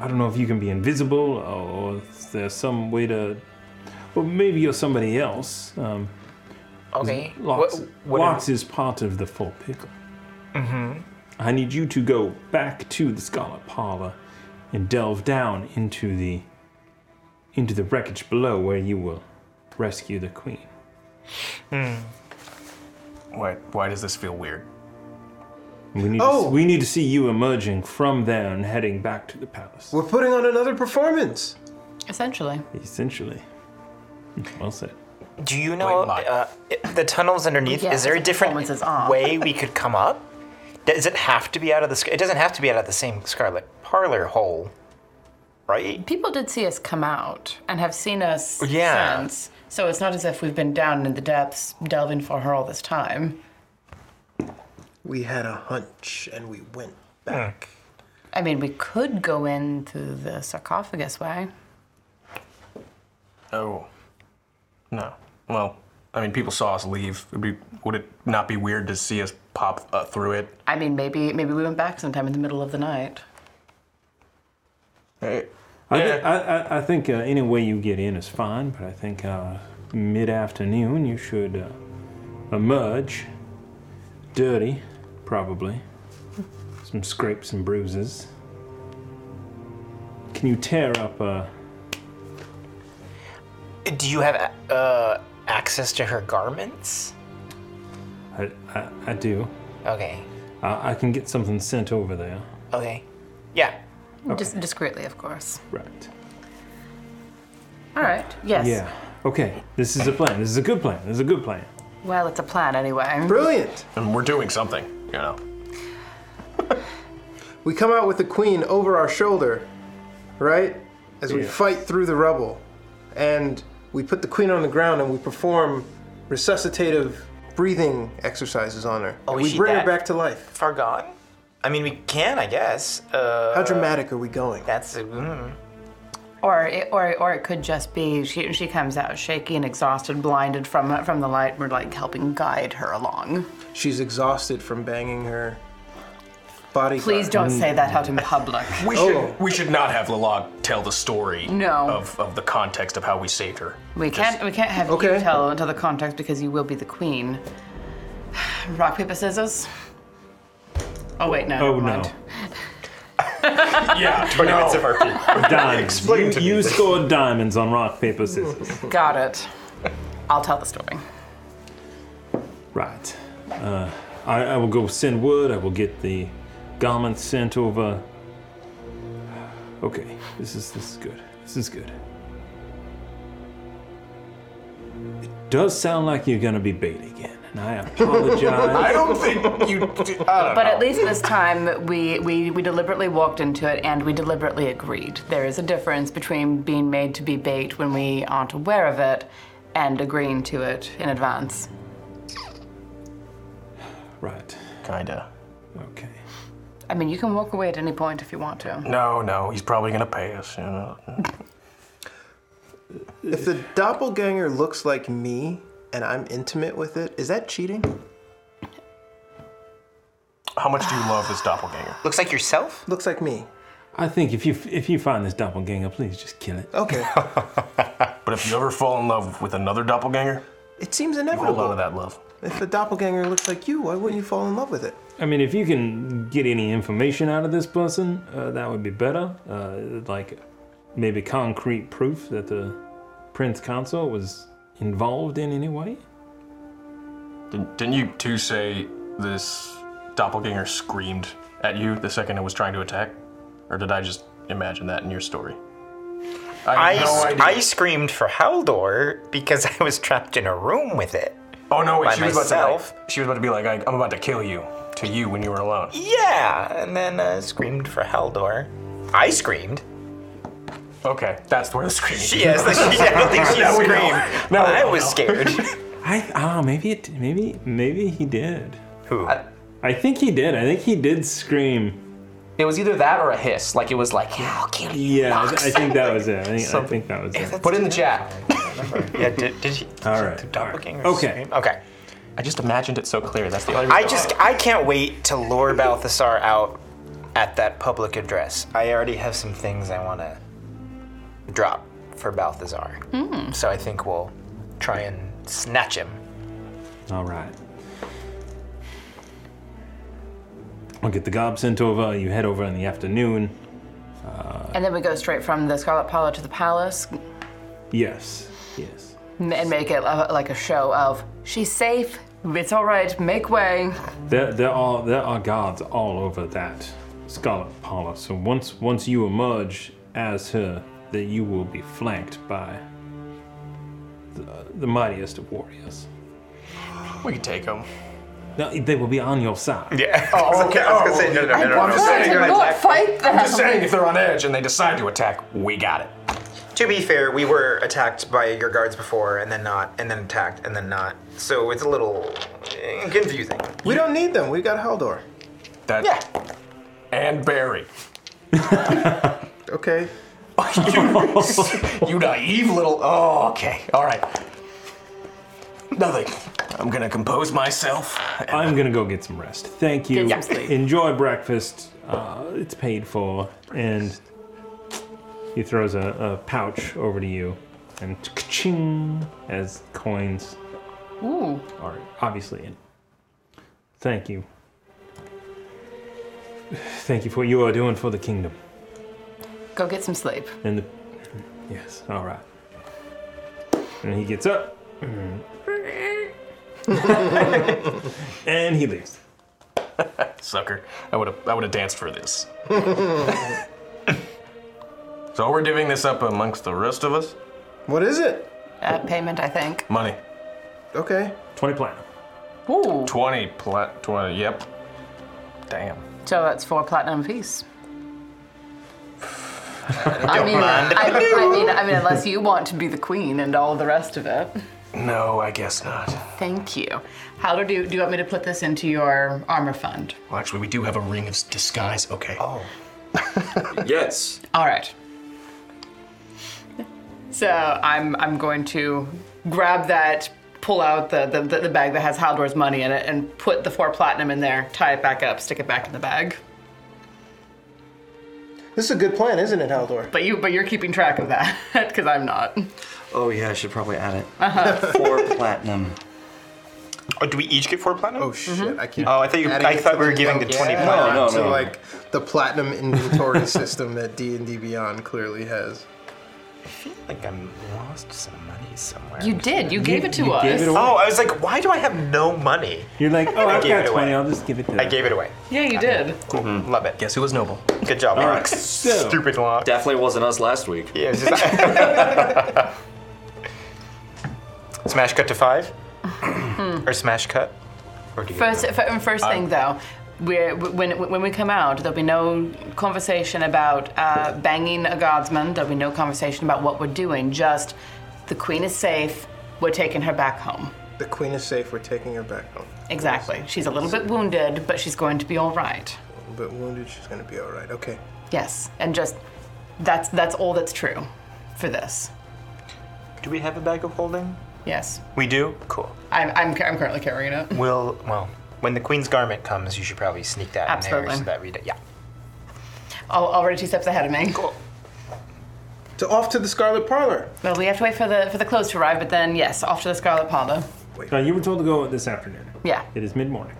I don't know if you can be invisible or if there's some way to. Well, maybe you're somebody else. Um,
Okay.
Locks,
what
Locks is part of the full pickle. Mm-hmm. I need you to go back to the Scarlet Parlor and delve down into the into the wreckage below where you will rescue the queen.
Why? Why does this feel weird?
We need, to,
Oh.
s- we need to see you emerging from there and heading back to the palace.
We're putting on another performance.
Essentially.
Essentially. Hmm, Well said.
Do you know uh, the tunnels underneath?
Yeah,
is there a
the
different
performance is on.
way we could come up? Does it have to be out of the? sc- It doesn't have to be out of the same Scarlet Parlor hole, right?
People did see us come out and have seen us
Yeah.
since. So it's not as if we've been down in the depths delving for her all this time.
We had a hunch and we went back.
I mean, we could go in through the sarcophagus way.
Oh. No. Well, I mean, people saw us leave. It'd be, would it not be weird to see us pop uh, through it?
I mean, maybe maybe we went back sometime in the middle of the night.
I, thi- I, I, I think uh, any way you get in is fine, but I think uh, mid afternoon you should uh, emerge. Dirty, probably. Some scrapes and bruises. Can you tear up uh,
Do you have uh, access to her garments?
I, I, I do.
Okay.
Uh, I can get something sent over there.
Okay. Yeah.
Just discreetly, of course.
Right.
All right. Yes.
Yeah. Okay. This is a plan. This is a good plan. This is a good plan.
Well, it's a plan anyway.
Brilliant.
And we're doing something, you know.
We come out with the queen over our shoulder, right? As we
Yeah.
fight through the rubble. And we put the queen on the ground and we perform resuscitative breathing exercises on her.
Oh,
And
is
we
she
bring
that
her back to life.
Far gone? I mean, we can, I guess. Uh,
How dramatic are we going?
That's. Mm.
Or it, or or it could just be she she comes out shaky and exhausted, blinded from from the light. We're like helping guide her along.
She's exhausted from banging her body.
Please don't say that out in public.
We should, we should not have Lalog tell the story
No.
of, of the context of how we saved her.
We can't we can't have you tell until the context because you will be the queen. Rock paper scissors. Oh wait, no.
Oh
never mind.
no.
yeah,
20 minutes of RP.
Diamonds.
Explain
you,
to me
You
this.
scored diamonds on rock paper scissors.
Got it. I'll tell the story.
Right. Uh, I, I will go send word. I will get the garments sent over. Okay. This is this is good. This is good. It does sound like you're gonna be bait again, and I apologize.
I don't think you. I don't
But
know.
at least this time we, we we deliberately walked into it and we deliberately agreed. There is a difference between being made to be bait when we aren't aware of it and agreeing to it in advance.
Right.
Kinda.
Okay.
I mean, you can walk away at any point if you want to.
No, no, he's probably gonna pay us. You know.
If the doppelganger looks like me and I'm intimate with it, is that cheating?
How much do you love this doppelganger?
Looks like yourself?
Looks like me.
I think if you if you find this doppelganger, please just kill it.
Okay.
But if you ever fall in love with another doppelganger,
It seems
you hold on to
inevitable.
that love.
If the doppelganger looks like you, why wouldn't you fall in love with it?
I mean, if you can get any information out of this person, uh, that would be better. Uh, like maybe concrete proof that the prince consort was involved in any way.
Didn't, didn't you two say this doppelganger screamed at you the second it was trying to attack? Or did I just imagine that in your story?
I,
have no idea.
I screamed for Haldor because I was trapped in a room with it.
Oh no! Wait,
by
she was,
myself.
about to, like, she was about to be like, I, "I'm about to kill you" to you when you were alone.
Yeah, and then uh, screamed for Haldor. I screamed.
Okay, that's where the screaming.
She is. She- I don't think she
Now we know.
screamed.
Now we
I
know.
was scared.
I ah maybe it maybe maybe he did. Who?
Uh,
I, I think he did. I think he did scream.
It was either that or a hiss. Like it was like, yeah, I'll kill you.
Yeah, I, I think that was it. I think, I think that was it.
Put it in the chat.
yeah, did, did he?
All right.
Doppelganger
Okay.
scream? Okay.
I just imagined it so clear. That's the only
I just I can't wait to lure Balthasar out at that public address. I already have some things I want to drop for Balthasar. So I think we'll try and snatch him.
All right. I'll get the gob sent over. You head over in the afternoon.
and then we go straight from the Scarlet Parlor to the palace
Yes. Yes.
uh, m- and make it a, like a show of she's safe, It's all right. Make way.
There, there are there are guards all over that Scarlet Parlor. So once once you emerge as her, that you will be flanked by the, the mightiest of warriors.
We can take them.
No, they will be on your side.
Yeah. Oh, okay. I was gonna say, no, no,
no, no,
I'm
no,
just
no,
saying,
no,
I'm
no,
just-
fight them.
I'm just saying, if they're on edge and they decide to attack, we got it.
To be fair, we were attacked by your guards before, and then not, and then attacked, and then not. So it's a little eh, confusing.
We don't need them. We've got Haldor.
That and Barry.
okay.
you, you naive little. Oh, okay. All right. Nothing. I'm gonna compose myself.
I'm gonna go get some rest. Thank you.
Get some sleep.
Enjoy breakfast. Uh, it's paid for. And he throws a, a pouch over to you, and ching as coins
Ooh.
are obviously in. Thank you. Thank you for what you are doing for the kingdom.
Go get some sleep.
And the yes, all right. And he gets up. and he leaves.
Sucker. I would have. I would have danced for this. So we're divvying this up amongst the rest of us.
What is it?
Uh, payment, I think.
Money.
Okay.
Twenty platinum.
Ooh.
Twenty plat. Twenty. Yep. Damn.
So that's four platinum apiece. I
don't
mean,
mind if
I,
I do.
I mean, I mean, unless you want to be the queen and all the rest of it.
No, I guess not.
Thank you. Howler, do, do you want me to put this into your armor fund?
Well, actually, we do have a ring of disguise. Okay. Oh.
yes.
All right. So I'm I'm going to grab that, pull out the the, the, the bag that has Haldor's money in it, and put the four platinum in there, tie it back up, stick it back in the bag.
This is a good plan, isn't it, Haldor?
But you but you're keeping track of that because I'm not.
Oh yeah, I should probably add it.
Uh-huh.
Four platinum.
Oh, do we each get four platinum?
Oh shit,
I can't.
Oh, I thought you,
adding
I
it
thought
to
we were
the-
giving the
Yeah.
twenty platinum.
Mm-hmm. No, To like the platinum inventory system that D and D Beyond clearly has.
Like I'm lost some money somewhere.
You did. You gave it to us.
Oh, I was like, why do I have no money?
You're like,
I
oh, I've
gave
got
it away.
twenty. I'll just give it to.
I gave it away.
Yeah, you did.
Cool. Love it.
Guess who was noble?
Good job,
All
Mark.
right. So-
Stupid lock.
Definitely wasn't us last week.
Yeah, it's just- smash cut to five, or smash cut. Or do you-
Hmm. First, f- first
Uh,
thing though, we're, when when we come out, there'll be no conversation about uh, banging a guardsman. There'll be no conversation about what we're doing. Just the queen is safe. We're taking her back home.
The queen is safe. We're taking her back home.
Exactly. She's a little bit wounded, but she's going to be all right.
But wounded, she's gonna be all right. Okay.
Yes, and just that's that's all that's true for this.
Do we have a bag of holding?
Yes,
We do. Cool.
I'm I'm, I'm currently carrying it.
We'll well, when the queen's garment comes, you should probably sneak that in
Absolutely.
there so that we d- yeah.
Al- Already two steps ahead of me. Cool.
So off to the Scarlet Parlor.
Well, we have to wait for the for the clothes to arrive, but then yes, off to the Scarlet Parlor.
No, you were told to go this afternoon.
Yeah.
It is mid morning.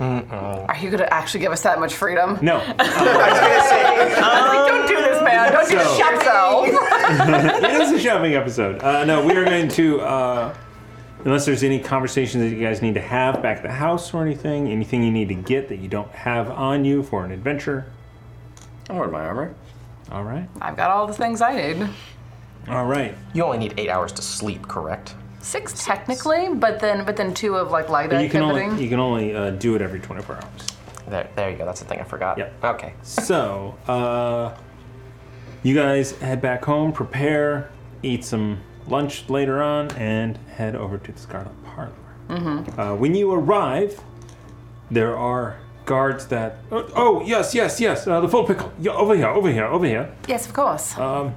Are you gonna actually give us that much freedom?
No.
Like, don't do this, man. Don't do this
So-
to yourself.
it is a shopping episode. Uh, no, we are going to, uh, unless there's any conversation that you guys need to have back at the house or anything, anything you need to get that you don't have on you for an adventure.
I'll wear my armor.
All right.
I've got all the things I need.
All right.
You only need eight hours to sleep, correct?
Six technically, but then but then two of like light
But you can
activity.
only you can only uh, do it every 24 hours.
There, there you go. That's the thing I forgot. Yep. Okay.
So, uh, you guys head back home, prepare, eat some lunch later on, and head over to the Scarlet Parlor.
Mm-hmm.
Uh, when you arrive, there are guards that. Oh, oh, yes, yes, yes. Uh, the full pickle. Yeah, over here, over here, over here.
Yes, of course.
Um,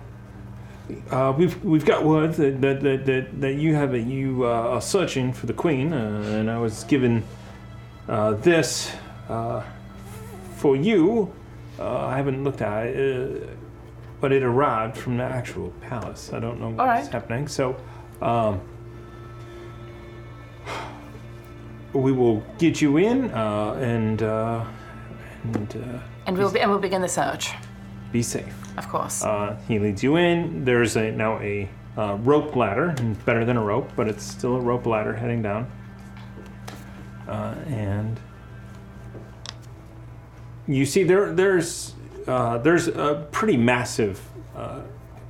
uh, we've we've got word that that, that, that, that you have a, you uh, are searching for the queen, uh, and I was given uh, this uh, for you. Uh, I haven't looked at it, uh, but it arrived from the actual palace. I don't know what's
All right.
happening. So. Um, we will get you in uh, and uh, and uh,
and we'll be, and we'll begin the search.
be safe.
Of course.
Uh, he leads you in. There's a now a uh, rope ladder, and better than a rope, but it's still a rope ladder heading down. uh, and you see there there's uh, there's a pretty massive uh,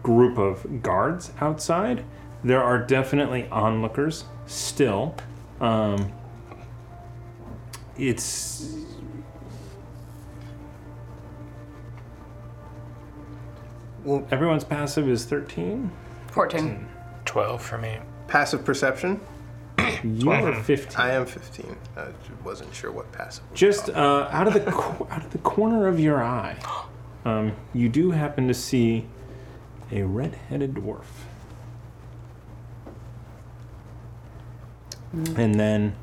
group of guards outside. There are definitely onlookers still. Um, it's well, everyone's passive is thirteen.
14.
12 for me.
Passive perception?
You are fifteen.
I am fifteen. I wasn't sure what passive.
Just uh, out of the co- out of the corner of your eye, um, you do happen to see a red-headed dwarf, and then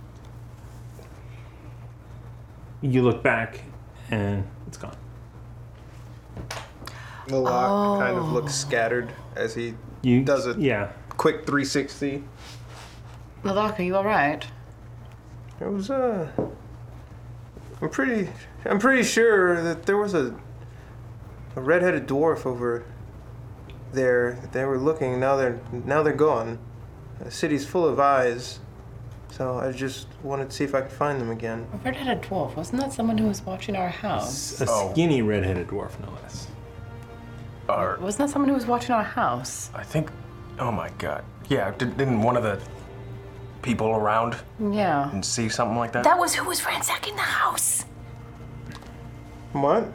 you look back, and it's gone.
Malak kind of looks scattered as he does a
yeah.
quick 360.
Lalak, are you all right?
It was uh I'm pretty I'm pretty sure that there was a a red-headed dwarf over there. that They were looking. Now they're now they're gone. The city's full of eyes. So I just wanted to see if I could find them again.
A red-headed dwarf. Wasn't that someone who was watching our house?
A skinny red-headed dwarf, no less.
Wasn't that someone who was watching our house?
I think. Oh my god. Yeah, did, didn't one of the people around
Yeah.
and see something like that?
That was who was ransacking the house.
What?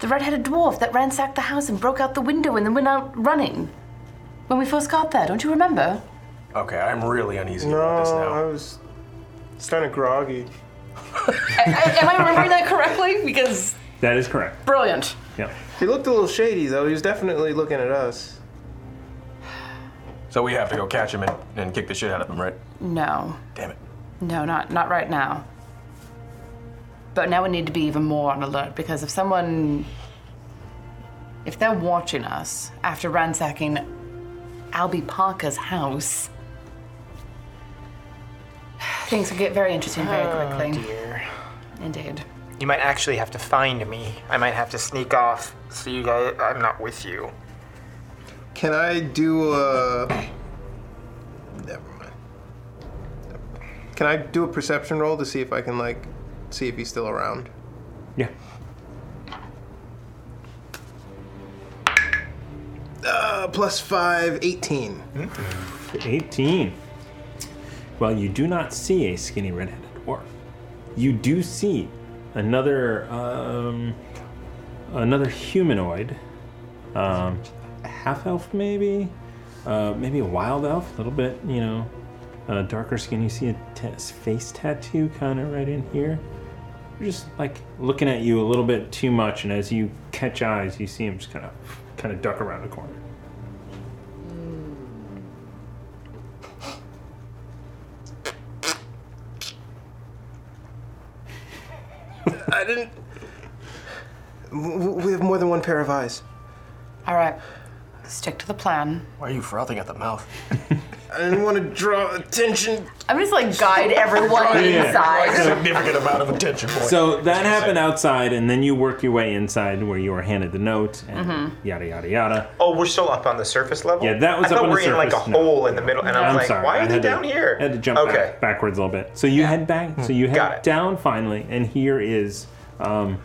The red-headed dwarf that ransacked the house and broke out the window and then went out running. When we first got there, don't you remember?
Okay, I'm really uneasy
No,
about this now.
Oh, I was it's kind of groggy.
Am I remembering that correctly? Because
That is correct.
brilliant.
Yeah.
He looked a little shady though. He was definitely looking at us.
So we have to go catch him and, and kick the shit out of him, right?
No.
Damn it.
No, not not right now. But now we need to be even more on alert because if someone if they're watching us after ransacking Albie Parker's house, things could get very interesting very
Ah,
quickly. Indeed.
You might actually have to find me. I might have to sneak off so you guys. I'm not with you.
Can I do a? Never mind. Can I do a perception roll to see if I can like see if he's still around?
Yeah.
Uh, plus five, 18.
18. Well, you do not see a skinny redheaded dwarf. You do see another um, another humanoid, um, half elf maybe, uh, maybe a wild elf, a little bit, you know, uh, darker skin. You see a ta- face tattoo kind of right in here. They're just like looking at you a little bit too much, and as you catch eyes, you see him just kind of kind of duck around the corner.
I didn't. W- w- We have more than one pair of eyes.
All right. Stick to the plan.
Why are you frothing at the mouth?
I didn't want to draw attention.
I'm just like guide everyone
Yeah.
inside.
Significant amount of attention for
So that happened outside, and then you work your way inside where you were handed the note, and yada yada yada.
Oh, we're still up on the surface level.
Yeah, that was
I thought
up on
we're
the
in like a
surface. No.
hole in the middle, and I'm,
I'm
like,
sorry,
why
I
are they
had to-
down here?
I had to jump
Okay.
back, backwards a little bit. So you head back. So you head down finally, and here is. Um,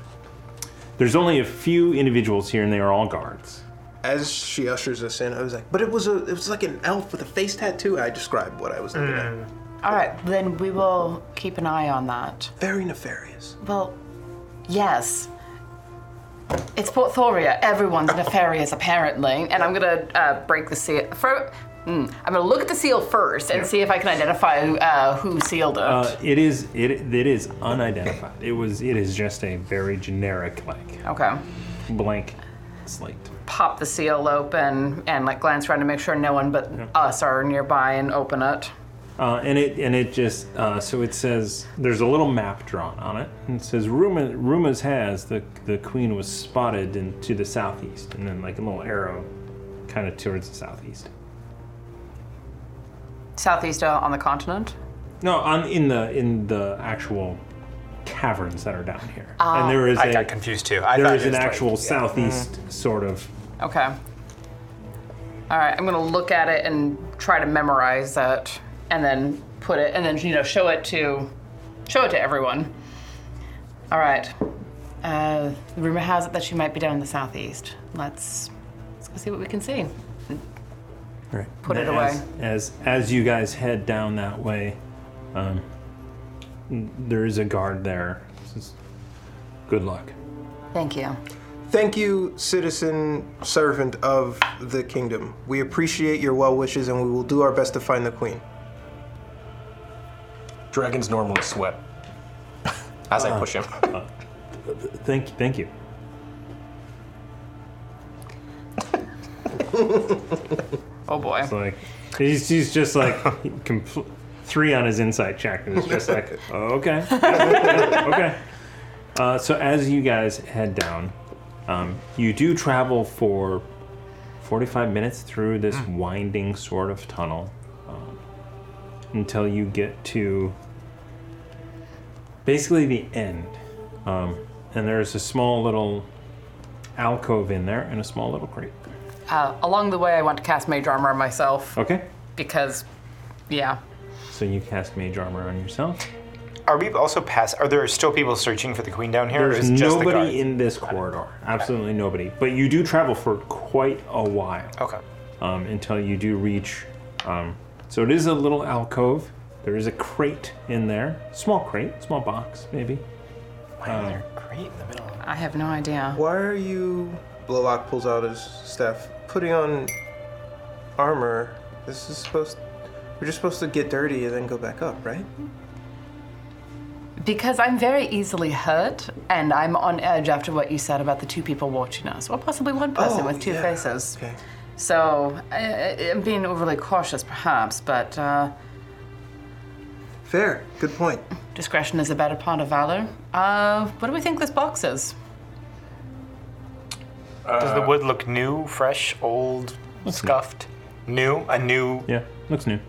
there's only a few individuals here, and they are all guards.
As she ushers us in, I was like, but it was a, it was like an elf with a face tattoo. I described what I was looking at.
All right, then we will keep an eye on that.
Very nefarious.
Well, yes. It's Porthoria. Everyone's nefarious, apparently. And I'm gonna uh, break the seal. Fro- mm, I'm gonna look at the seal first and see if I can identify uh, who sealed it.
Uh, it is it it is unidentified. It was it is just a very generic like
okay.
blank slate.
Pop the seal open and like glance around to make sure no one but us are nearby and open it.
Uh, and it and it just uh, so it says there's a little map drawn on it, and it says rumor rumors has the the queen was spotted in, to the southeast, and then like a little arrow, kind of towards the southeast.
Southeast uh, on the continent.
No, on in the in the actual caverns that are down here,
Ah.
and there is
I
a
got confused too. I
there
thought
is
it
an
was like-
actual
yeah.
southeast sort of
Okay. All right, I'm gonna look at it and try to memorize it, and then put it, and then you know show it to, show it to everyone. All right. Uh, the rumor has it that she might be down in the southeast. Let's let's go see what we can see.
Right.
Put it
As-
away.
As as you guys head down that way, um, there is a guard there. This is- good luck.
Thank you.
Thank you, citizen servant of the kingdom. We appreciate your well wishes and we will do our best to find the queen.
Dragons normally sweat as I
Uh,
push him.
Thank thank you.
oh boy.
It's like he's, he's just like compl- three on his insight check, and it's just like "Oh, okay, okay. Uh, so as you guys head down, um, you do travel for forty-five minutes through this winding sort of tunnel um, until you get to basically the end. Um, and there's a small little alcove in there and a small little crate.
Uh, along the way, I want to cast mage armor on myself
Okay.
because, yeah.
So you cast mage armor on yourself.
Are we also pass? Are there still people searching for the queen down here? or
There's
is it just the guards?
nobody in this corridor. Absolutely nobody. But you do travel for quite a while.
Okay.
Um, until you do reach. Um, so it is a little alcove. There is a crate in there. Small crate, small box, maybe. Why
are there crate in the middle?
I have no idea.
Why are you, Blalock pulls out his staff, putting on armor? This is supposed, we're just supposed to get dirty and then go back up, right?
Because I'm very easily hurt, and I'm on edge after what you said about the two people watching us, or possibly one person
Oh,
with two
yeah.
faces. So I, I- I'm being overly cautious, perhaps, but uh,
Fair. Good point.
discretion is a better part of valor. Uh, what do we think this box is?
Does the wood look new, fresh, old, scuffed? New? A new?
Yeah, looks new.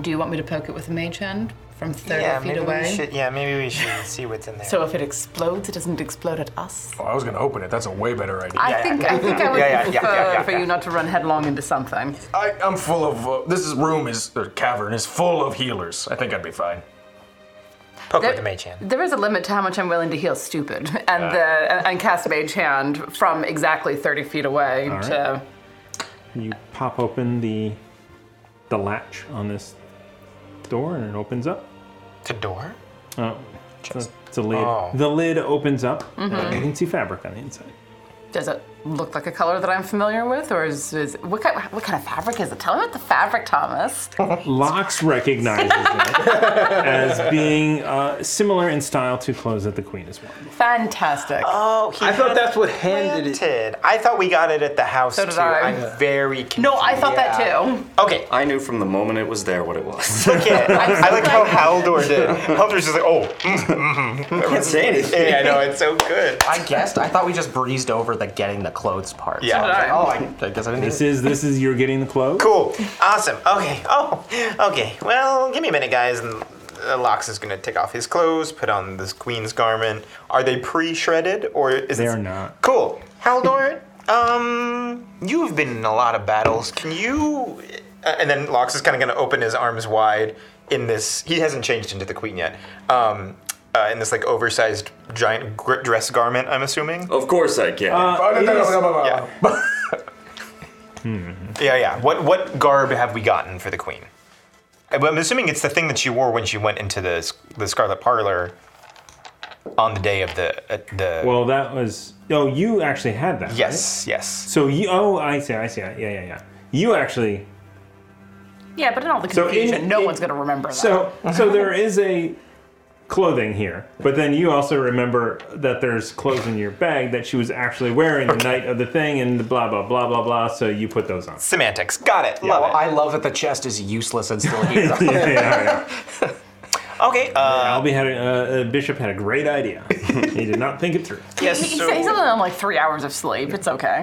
Do you want me to poke it with a mage hand from 30
Yeah,
feet
maybe
away?
we should. Yeah, maybe we should see what's in there.
So if it explodes, it doesn't explode at us.
Oh, I was gonna open it. That's a way better idea.
I think I think I would
Yeah, yeah, yeah,
prefer
yeah, yeah,
for
yeah.
you not to run headlong into something.
I, I'm full of. Uh, this is room is the cavern is full of healers. I think I'd be fine.
Poke with the mage hand.
There is a limit to how much I'm willing to heal stupid, and
Uh.
the and, and cast mage hand from exactly 30 feet away.
All right.
To,
You pop open the the latch on this door, and it opens up.
The door?
Oh, it's a, it's a lid.
Oh.
The lid opens up. and
Mhm.
You can see fabric on the inside.
does it look like a color that I'm familiar with, or is, is what kind what kind of fabric is it? Tell me about the fabric, Thomas.
Locks recognizes it as being uh, similar in style to clothes that the queen is wearing.
Fantastic.
Oh, he
I thought
had
that's
what
handed
it. planted. I thought we got it at the house
So did
too.
I.
am
Yeah.
very confused.
No, I thought that too.
Okay.
I knew from the moment it was there what it was.
Okay. I like how Haldor did. Haldor's just like, oh.
I
can't say anything. Yeah, I know, it's so good.
I guessed. I thought we just breezed over the getting the clothes part.
Yeah.
So I was like, oh, I, I guess I didn't.
This is this is you're getting the clothes.
Cool. Awesome. Okay. Oh. Okay. Well, give me a minute, guys. And uh, Lox is gonna take off his clothes, put on this queen's garment. Are they pre-shredded or is
They
it?
are not.
Cool. Haldor, um, you've been in a lot of battles. Can you? Uh, and then Lox is kind of gonna open his arms wide in this. He hasn't changed into the queen yet. Um. Uh, in this like oversized giant gr- dress garment, I'm assuming.
Of course I can.
Oh, no, no, no, no, no, no.
Yeah. Um, Hmm. Yeah, yeah. What what garb have we gotten for the queen? I'm I'm assuming it's the thing that she wore when she went into the the Scarlet Parlor on the day of the uh, the.
Well, that was oh, you actually had that.
Yes, yes.
So you oh, I see, I see, yeah, yeah, yeah. You actually
Yeah, but in all the
So in-
confusion, no one's going to remember that.
so
Uh-huh.
so there is a clothing here, but then you also remember that there's clothes in your bag that she was actually wearing the night of the thing and the blah blah blah blah blah. So you put those on.
Semantics. Got it.
Well, I love that the chest is useless and still here.
yeah, yeah, yeah.
Okay. Uh,
Albie had a, uh, Bishop had a great idea. he did not think it through.
Yes,
He- he's,
so-
he's only on like three hours of sleep. It's okay.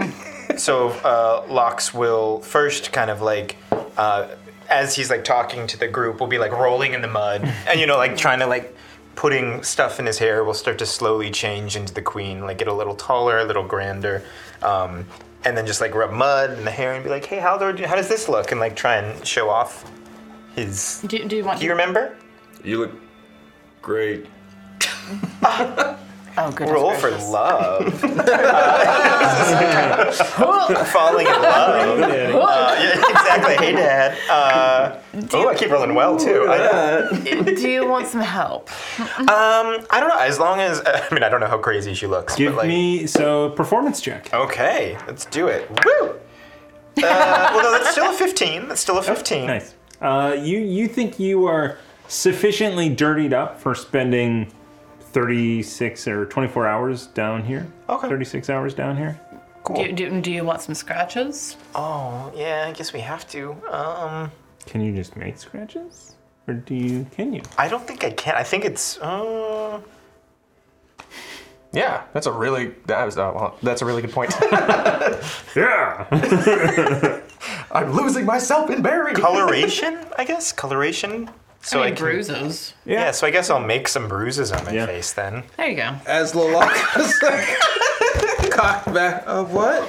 so uh, Lox will first kind of like. Uh, as he's like talking to the group, will be like rolling in the mud, and you know, like trying to like putting stuff in his hair. Will start to slowly change into the queen, like get a little taller, a little grander, um, and then just like rub mud in the hair and be like, "Hey, Haldor, do- how does this look?" And like try and show off his.
Do, do you want?
Do you remember?
You look great.
Oh, goodness
Roll for
gracious.
love. Falling in love. Uh, yeah, exactly. Hey, Dad. Uh, oh, I keep rolling well too. I,
Do you want some help?
um, I don't know. As long as I mean, I don't know how crazy she looks.
Give me so performance check.
Okay, let's do it. Woo! Uh, well, no, that's still a 15. That's still a 15.
Oh, Nice. Uh, you you think you are sufficiently dirtied up for spending 36 or 24 hours down here? Okay. 36 hours down here.
Do, do, do you want some scratches?
Oh, yeah. I guess we have to. Um,
Can you just make scratches? Or do you can you?
I don't think I can. I think it's. Uh,
Yeah, that's a really that was, uh, well, that's a really good point.
yeah,
I'm losing myself in Barry.
Coloration, I guess. Coloration. So
I mean,
can-
bruises.
Yeah. So I guess I'll make some bruises on my face then.
There you go.
As Lalaka's like, cocked back, uh, what?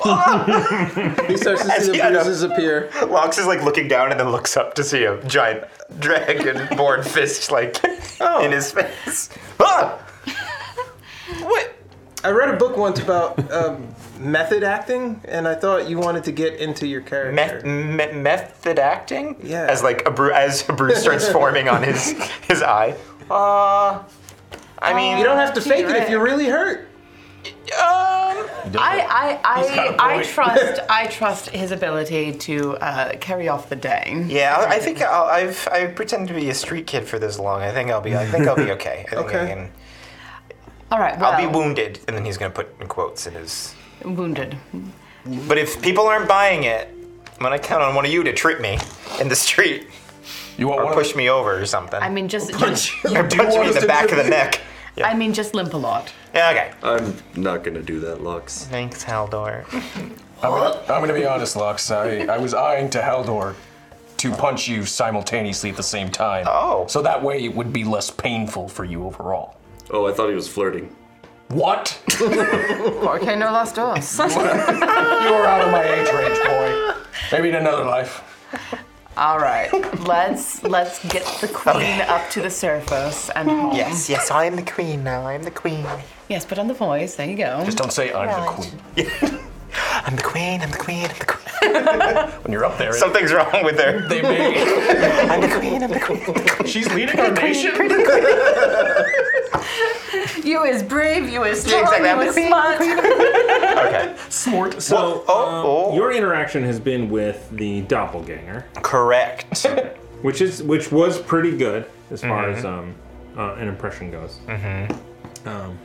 he starts to see the bruises appear.
Lox is like looking down and then looks up to see a giant dragonborn fist like
Oh.
in his face. Ah!
I read a book once about um, method acting, and I thought you wanted to get into your character.
method acting?
Yeah.
As like a bru- as a bruise starts forming on his his eye. Uh, I mean,
you don't have to fake it if you're really hurt.
um,
I
He's got
I,
a
I, I
point.
trust I trust his ability to uh, carry off the day.
Yeah, I- I think I'll, I've I pretend to be a street kid for this long. I think I'll be I think I'll be okay. I think I
Okay.
can,
All right. Well,
I'll be wounded, and then he's gonna put in quotes in his.
wounded.
But if people aren't buying it, I'm gonna count on one of you to trip me in the street.
You want
or push me over or something.
I mean, just just-
or punch me in the back of the neck.
I mean, just limp a lot.
Yeah, okay.
I'm not gonna do that, Lux.
Thanks, Haldor.
I'm gonna, I'm gonna be honest, Lux. I, I was eyeing to Haldor to punch you simultaneously at the same time. Oh. So that way it would be less painful for you overall.
Oh, I thought he was flirting.
What?
okay, no lost us.
You're out of my age range, boy. Maybe in another life.
All right, let's let's get the queen up to the surface and home.
Yes, yes, I am the queen now. I am the queen.
Yes, put on the voice. There you go.
Just don't say I'm the queen.
I'm the queen. I'm the queen. I'm the queen.
When you're up there, it-
Something's wrong with her.
They may.
I'm the queen. I'm the queen.
She's leading our nation.
You is brave. You is strong.
exactly, I'm
You
the
is smart.
Okay. Oh,
Smart.
So,
Um,
uh, your interaction has been with the doppelganger.
Correct.
which is which was pretty good as far
Mhm.
as um, uh, an impression goes. Mm-hmm. Um,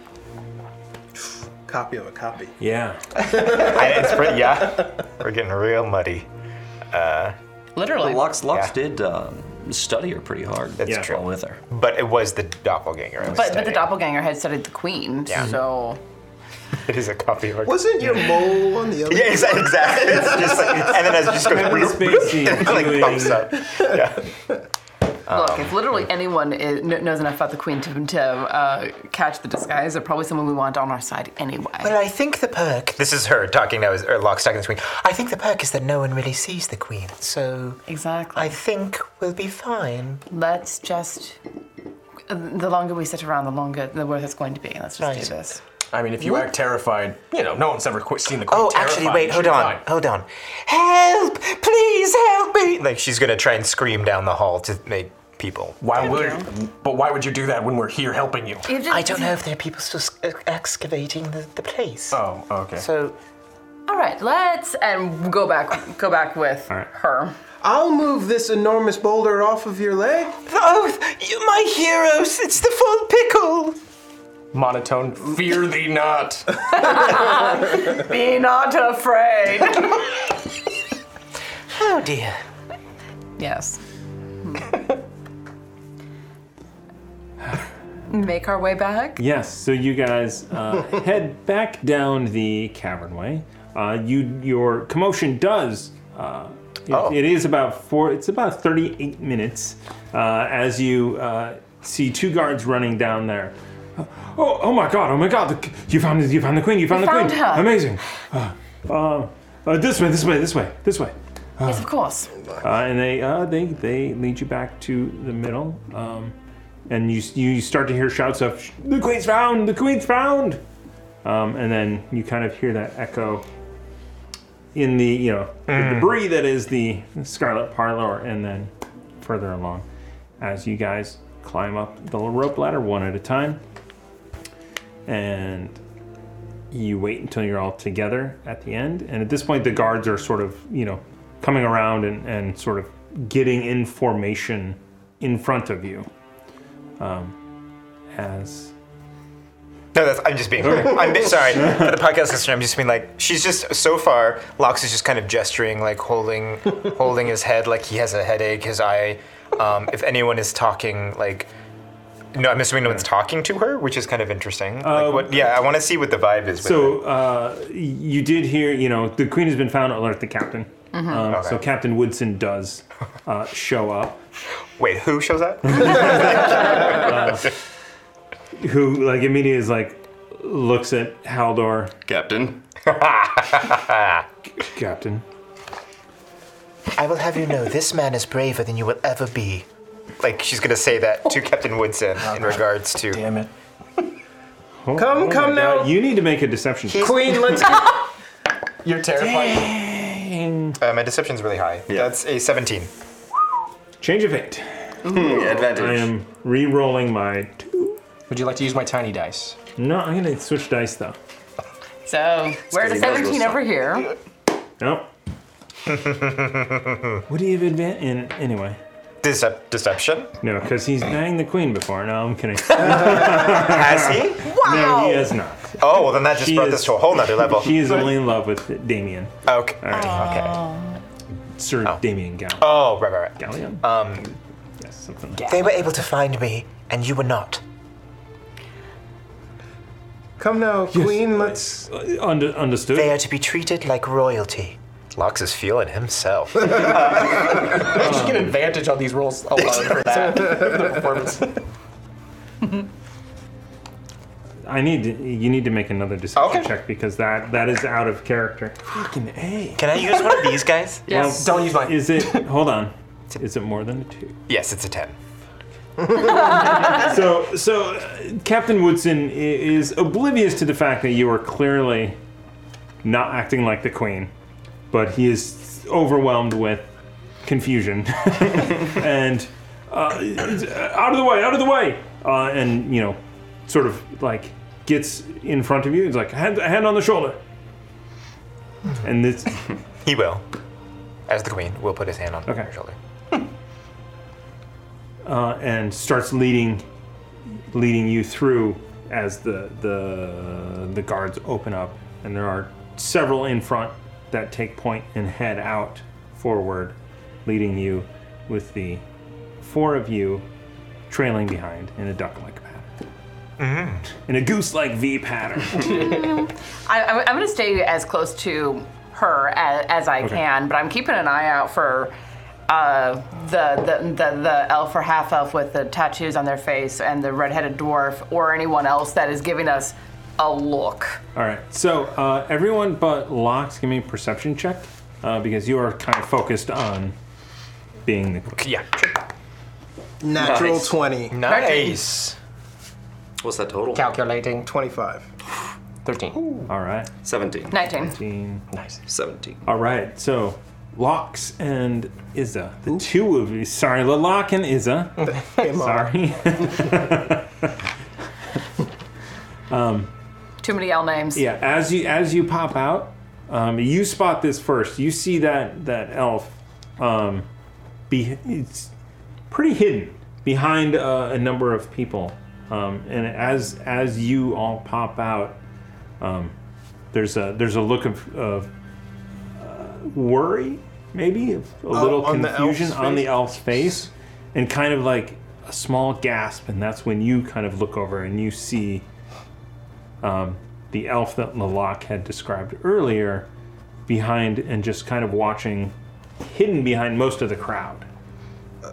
Copy of a copy.
yeah.
it's pretty, yeah. We're getting real muddy. Uh,
Literally.
Lux, Lux did um, study her pretty hard. That's
Yeah. true.
With her.
But it was the doppelganger. I was
But, but the
studying.
doppelganger had studied the queen,
Yeah.
so
it is a copy of.
Wasn't your mole on the other?
Yeah, exa- exactly. It's just like, and then as it just goes,
Kevin Spacey
and it, like
doing-
bumps up.
Look, if literally anyone is, kn- knows enough about the Queen to, to uh, catch the disguise, they're probably someone we want on our side anyway.
But I think the perk. This is her talking now, or Locke talking to the queen. I think the perk is that no one really sees the queen, so
Exactly.
I think we'll be fine.
Let's just. uh, The longer we sit around, the longer the worse it's going to be. Let's just
Right.
do this.
I mean, if you
What?
act terrified, you know, no one's ever quit seen the queen.
Oh, actually,
terrified.
wait, hold
She's
on,
fine.
hold on. Help! Please help me! Like she's gonna try and scream down the hall to make people.
Why would? But why would you do that when we're here helping you?
I don't know if there are people still s- ex- excavating the, the place.
Oh, okay.
So,
All right, let's and go back. Go back with her.
I'll move this enormous boulder off of your leg.
Oh, you, my heroes! It's the full pickle.
Monotone. Fear thee not.
Be not afraid.
oh dear.
Yes. Make our way back.
Yes. So you guys uh, head back down the cavern way. Uh, you your commotion does. Uh, it-
Oh.
it is about four. It's about thirty-eight minutes uh, as you uh, see two guards running down there. Oh, oh my God! Oh my God! The, you found you found the queen! You found
We
the
found
queen!
her.
Amazing! Uh, uh, uh, this way! This way! This way! This way!
yes, of course.
Uh, and they uh, they they lead you back to the middle. Um, and you you start to hear shouts of "The Queen's found! The Queen's found!" Um, and then you kind of hear that echo in the you know the debris that is the Scarlet Parlor, and then further along as you guys climb up the rope ladder one at a time, and you wait until you're all together at the end. And at this point, the guards are sort of you know coming around and, and sort of getting in formation in front of you. Um, as
No, that's, I'm just being. I'm bi- sorry for the podcast listener. I'm just being like, she's just so far. Lox is just kind of gesturing, like holding, holding his head, like he has a headache. His eye. Um, if anyone is talking, like, no, I'm assuming no one's talking to her, which is kind of interesting. like, what? Yeah, I want to see what the vibe is. With her.
So uh, you did hear, you know, the queen has been found. Alert the captain.
Mhm.
Um, So
Okay.
Captain Woodson does uh, show up.
Wait, who shows up?
who like immediately is like looks at Haldor.
Captain.
Captain.
I will have you know, this man is braver than you will ever be. Like she's gonna say that to Captain Woodson in regards to. Damn it.
come, come now. Oh You need to make a deception. check.
You're terrified. Uh, my deception's really high. That's a 17.
Change of fate.
Hmm, advantage.
I am re-rolling my two.
Would you like to use my tiny dice?
No, I'm gonna switch dice though.
So we're at a
It's gonna be
17
those
over here.
Nope. what do you have advantage in anyway?
Decep- deception?
No, because he's banged the queen before. No, I'm kidding.
Has he?
No, he uh, has not.
Oh, well, then that just brought this to a whole nother level.
She is only in love with Damien.
Okay.
Okay. Sir Damien Gallion.
Oh, right, right, right.
Gallion?
Um,
yes, something
They were able to find me, and you were not.
Come now, Queen, let's.
Uh, understood.
They are to be treated like royalty. Lux is feeling himself.
I should get advantage on these rolls alone for that. the performance.
I need to, you need to make another deception check because that that is out of character. Fucking A.
Can I use one of these guys?
Well, don't use mine. Is it? Hold on. Is it more than a two?
Yes, it's a 10.
so, so uh, Captain Woodson i- is oblivious to the fact that you are clearly not acting like the queen, but he is overwhelmed with confusion and uh, out of the way, out of the way, uh, and you know, sort of like gets in front of you. He's like hand, hand on the shoulder, and this
he will, as the queen, will put his hand on her shoulder.
uh, and starts leading leading you through as the the the guards open up and there are several in front that take point and head out forward leading you with the four of you trailing behind in a duck-like pattern in a goose-like v pattern
I, I'm, I'm going to stay as close to her as, as I
Okay.
can, but I'm keeping an eye out for uh, the, the, the the elf or half elf with the tattoos on their face and the redheaded dwarf or anyone else that is giving us a look.
All right. So uh, everyone but Locks, give me a perception check uh, because you are kind of focused on being the queen.
Yeah.
Natural
Nice.
20.
Nice.
What's that total?
Calculating.
25.
13.
All right.
17.
19.
19.
Nice.
17.
All right. So Locks and Izza, the two of you. Sorry, Lalock and Izza. sorry. um,
Too many L names.
Yeah, as you as you pop out, um, you spot this first. You see that that elf, um, be it's pretty hidden behind uh, a number of people. Um, and as as you all pop out, um, there's a there's a look of, of uh, worry, maybe of a
Oh,
little
on the elf's
confusion on the
face?
elf's face, and kind of like a small gasp. And that's when you kind of look over and you see um, the elf that Lalak had described earlier behind and just kind of watching, hidden behind most of the crowd.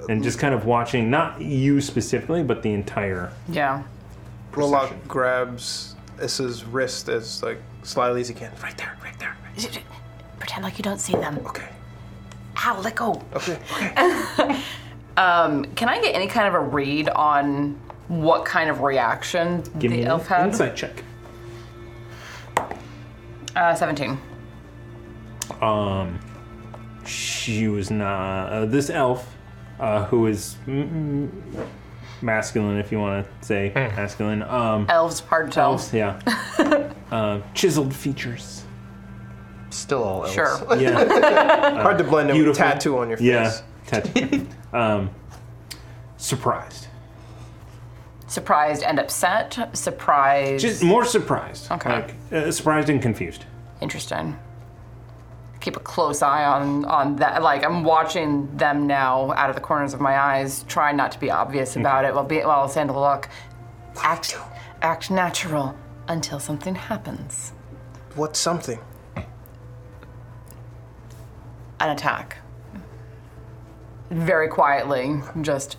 And just kind of watching, not you specifically, but the entire.
Yeah.
Lolok grabs Issa's wrist as like slyly as he can. Right there, right there.
Pretend like you don't see them. Okay. Ow, let go.
Okay.
Um, can I get any kind of a read on what kind of reaction
Give
the
me
elf
an
had?
insight check.
Uh, 17.
Um, she was not uh, this elf, uh, who is mm, mm, masculine, if you want to say masculine. Um,
Elves, hard to tell.
elves, yeah. uh, chiseled features.
Still all elves.
Sure.
Yeah.
Hard to blend in with
beautiful.
tattoo on your face.
Yeah, tattoo. um, surprised.
Surprised and upset. Surprised.
Just more surprised.
Okay.
Like, uh, surprised and confused.
Interesting. Keep a close eye on on that. Like I'm watching them now out of the corners of my eyes, trying not to be
Mm-hmm.
obvious about it. While be while I'll stand to look, act act natural until something happens.
What's something?
An attack. Very quietly, just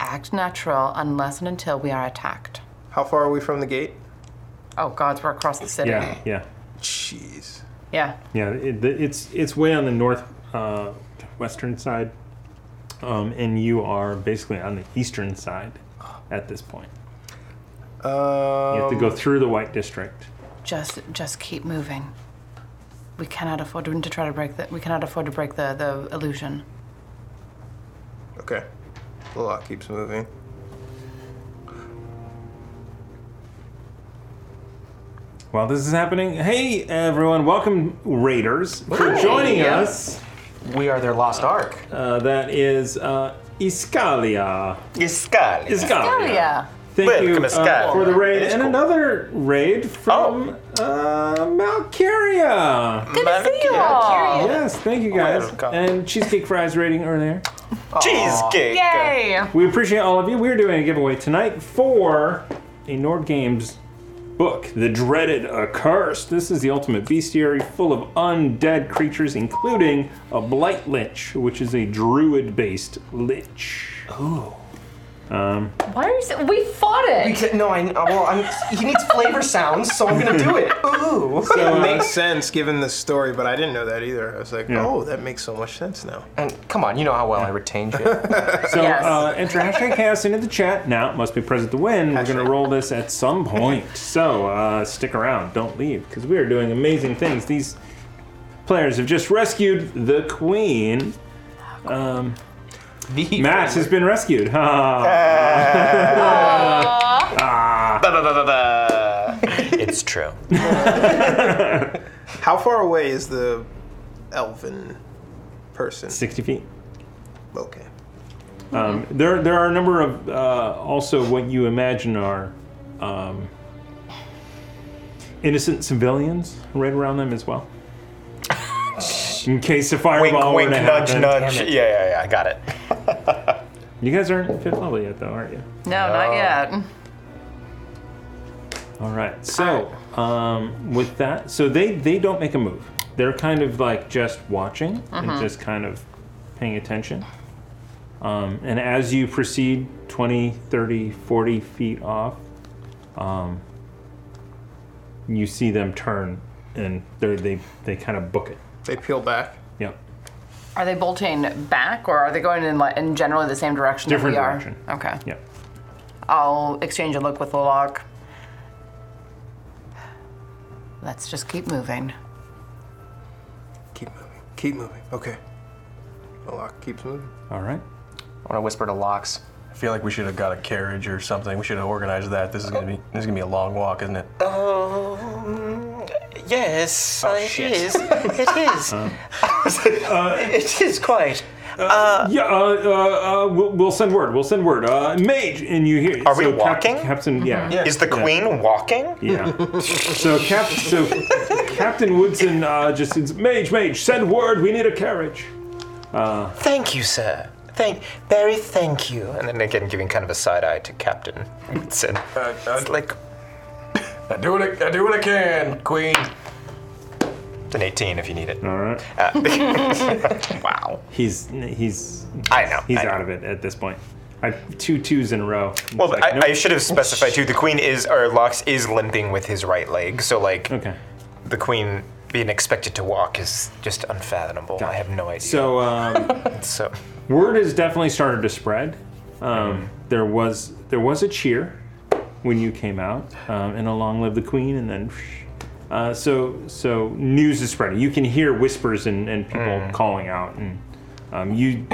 act natural unless and until we are attacked.
How far are we from the gate?
Oh gods, we're across the city.
Yeah, yeah.
Jeez.
Yeah.
Yeah, it, it's it's way on the north uh, western side, um, and you are basically on the eastern side at this point.
Um,
You have to
Oh.
go through the white district.
Just just keep moving. We cannot afford to try to break the we cannot afford to break the, the illusion.
Okay. The lock keeps moving.
While this is happening, hey everyone, welcome Raiders for
Hi.
joining
Yeah.
us.
We are their lost ark.
Uh, that is uh, Iscalia.
Iscalia.
Oh, Iscalia. Thank
Welcome,
you uh,
Iscalia.
for the raid
It's
and
cool. Oh.
another raid from uh, Malcaria.
Good to see you all.
Yes, thank
Oh,
you guys. And cheesecake fries rating earlier.
Cheesecake. Yay.
We appreciate all of you. We're doing a giveaway tonight for a Nord Games book, The Dreaded Accursed. This is the ultimate bestiary full of undead creatures, including a Blight Lich, which is a druid based lich. Oh. Um,
Why are you? So, we fought it.
no, I well, I'm, he needs flavor sounds, so I'm gonna do it. Ooh.
So it makes sense given the story, but I didn't know that either. I was like,
Yeah.
oh, that makes so much sense now.
And come on, you know how well I retain shit.
so uh, enter hashtag chaos into the chat now. It must be present to win. We're going to roll this at some point. So uh, stick around. Don't leave because we are doing amazing things. These players have just rescued the queen. Um, Matt has been rescued. Ah.
it's true.
How far away is the elven person?
60 feet.
Okay.
Um, there, there are a number of uh, also what you imagine are um, innocent civilians right around them as well. In case a fireball
wink,
were to
nudge,
happen.
nudge. Yeah, yeah, yeah. I got it.
You guys aren't fifth level yet, though, aren't you?
No,
Oh.
not yet.
All right. So um, with that, so they they don't make a move. They're kind of like just watching
Mhm.
and just kind of paying attention. Um, and as you proceed 20, 30, 40 feet off, um, you see them turn and they're, they they kind of book it.
They peel back.
Yeah.
Are they bolting back, or are they going in like, in generally the same direction
Different
that we
direction.
are? Okay.
Yeah.
I'll exchange a look with Locke. Let's just keep moving.
Keep moving. Keep moving. Okay. The lock keeps moving.
All right.
I want to whisper to Locks. I feel like we should have got a carriage or something. We should have organized that. This is gonna be this is gonna be a long walk, isn't it?
Um, yes, it is. It is.
Um, Uh,
it is quite.
yeah, uh, uh, uh, we'll, we'll send word. We'll send word. Uh, mage, and you hear.
Are we
so Cap-
walking?
Captain, yeah.
Is the
Yeah.
queen walking?
Yeah. so, Cap- so Captain Woodson uh, just says, Mage, Mage, send word. We need a carriage. Uh,
Thank you, sir. Thank, very thank you. And then again, giving kind of a side eye to Captain Woodson. it's like
uh, I do what I, I do what I can, Queen.
It's an 18 if you need it.
All right.
Uh, wow.
He's he's.
I know.
He's out of it at this point. I two twos in a row. It's
Well,
like,
I,
nope.
I should have specified too. The queen is, or Locks is limping with his right leg. So like,
Hmm.
the queen
uh,
being expected to walk is just unfathomable. I have no idea.
So, um,
so
word has definitely started to spread. Um, there was there was a cheer when you came out, um, and a long live the queen, and then. Uh, so so news is spreading. You can hear whispers and, and people calling out, and um, you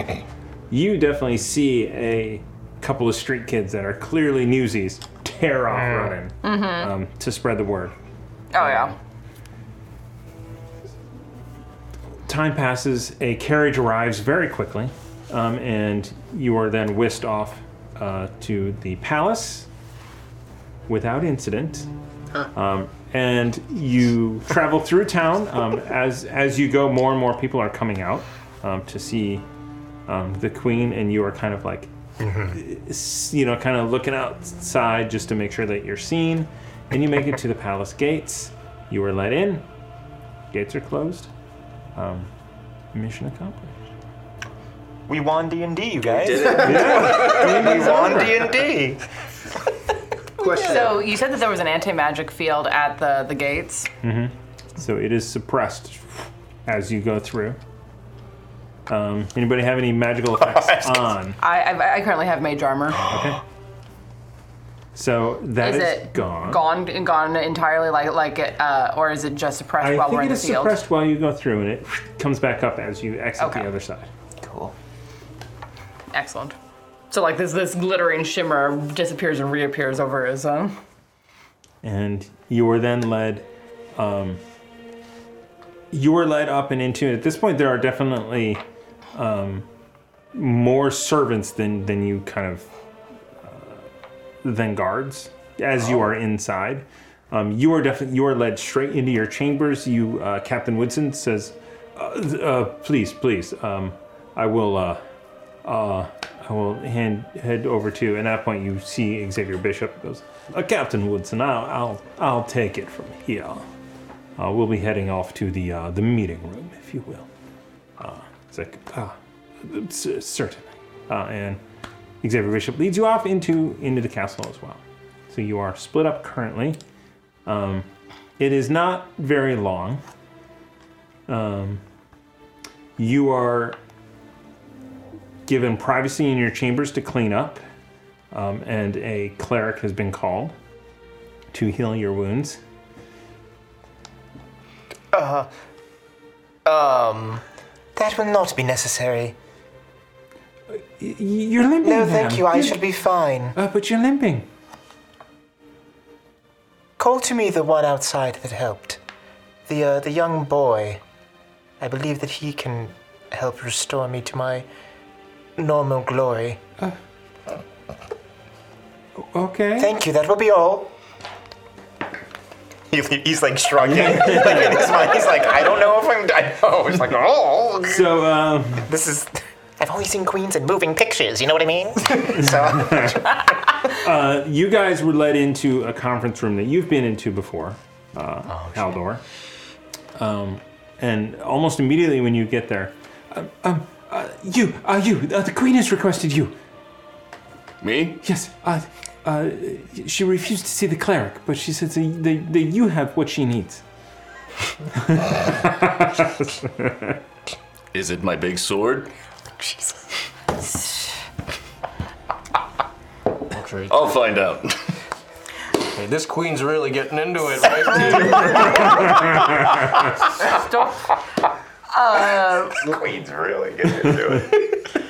you definitely see a couple of street kids that are clearly newsies tear off running
Mm-hmm.
um, to spread the word.
oh yeah.
Time passes, a carriage arrives very quickly, um, and you are then whisked off uh, to the palace without incident. Um, and you travel through town. Um, as, as you go, more and more people are coming out um, to see um, the queen, and you are kind of like, s- you know, kind of looking outside just to make sure that you're seen. And you make it to the palace gates. You are let in, gates are closed. Um, mission accomplished.
We won D and D, you guys.
did it. Yeah.
we won D and D. Question.
So you said that there was an anti-magic field at the the gates.
Mm-hmm. So it is suppressed as you go through. Um, anybody have any magical effects on?
I I, I currently have mage armor.
Okay. So that
Is
is,
it
gone.
Gone gone entirely like like it, uh, or is it just suppressed
I
while
think
we're
it
in the
is
field?
suppressed while you go through, and it comes back up as you exit the other side. Cool.
Excellent. So like this this glittering shimmer disappears and reappears over his uh, own.
and you were then led um, you were led up and into at this point there are definitely um, more servants than than you kind of uh, than guards as you are inside um, you are definitely you are led straight into your chambers you uh, captain woodson says uh, th- uh, please please um, i will uh, uh, I will hand head over to, and at that point you see Xavier Bishop goes, uh, Captain Woodson, I'll, I'll I'll take it from here. Uh, we'll be heading off to the uh, the meeting room, if you will. Uh, it's like, ah, c- certainly. Uh, and Xavier Bishop leads you off into into the castle as well. So you are split up currently. Um, it is not very long. Um, you are given privacy in your chambers to clean up, um, and a cleric has been called to heal your wounds.
Uh, um, that will not be necessary.
You're limping.
No, thank
ma'am.
you. I
You're-
should be fine.
Uh, but you're limping.
Call to me the one outside that helped. The uh, the young boy. I believe that he can help restore me to my normal glory.
Okay.
Thank you. That will be all. he's like shrugging. he's like, I don't know if I'm. I know. He's like, oh.
So um,
this is. I've only seen queens in moving pictures. You know what I mean? so
Uh, you guys were led into a conference room that you've been into before, uh,
Oh,
Haldor. Um, and almost immediately when you get there, um, um, uh, you, uh, you, uh, the queen has requested you.
Me?
Yes. Uh, uh, she refused to see the cleric, but she says that, that, that you have what she needs.
Is it my big sword? I'll find out.
Hey, this queen's really getting into it, right?
Oh,
Uh,
Queen's really getting into it.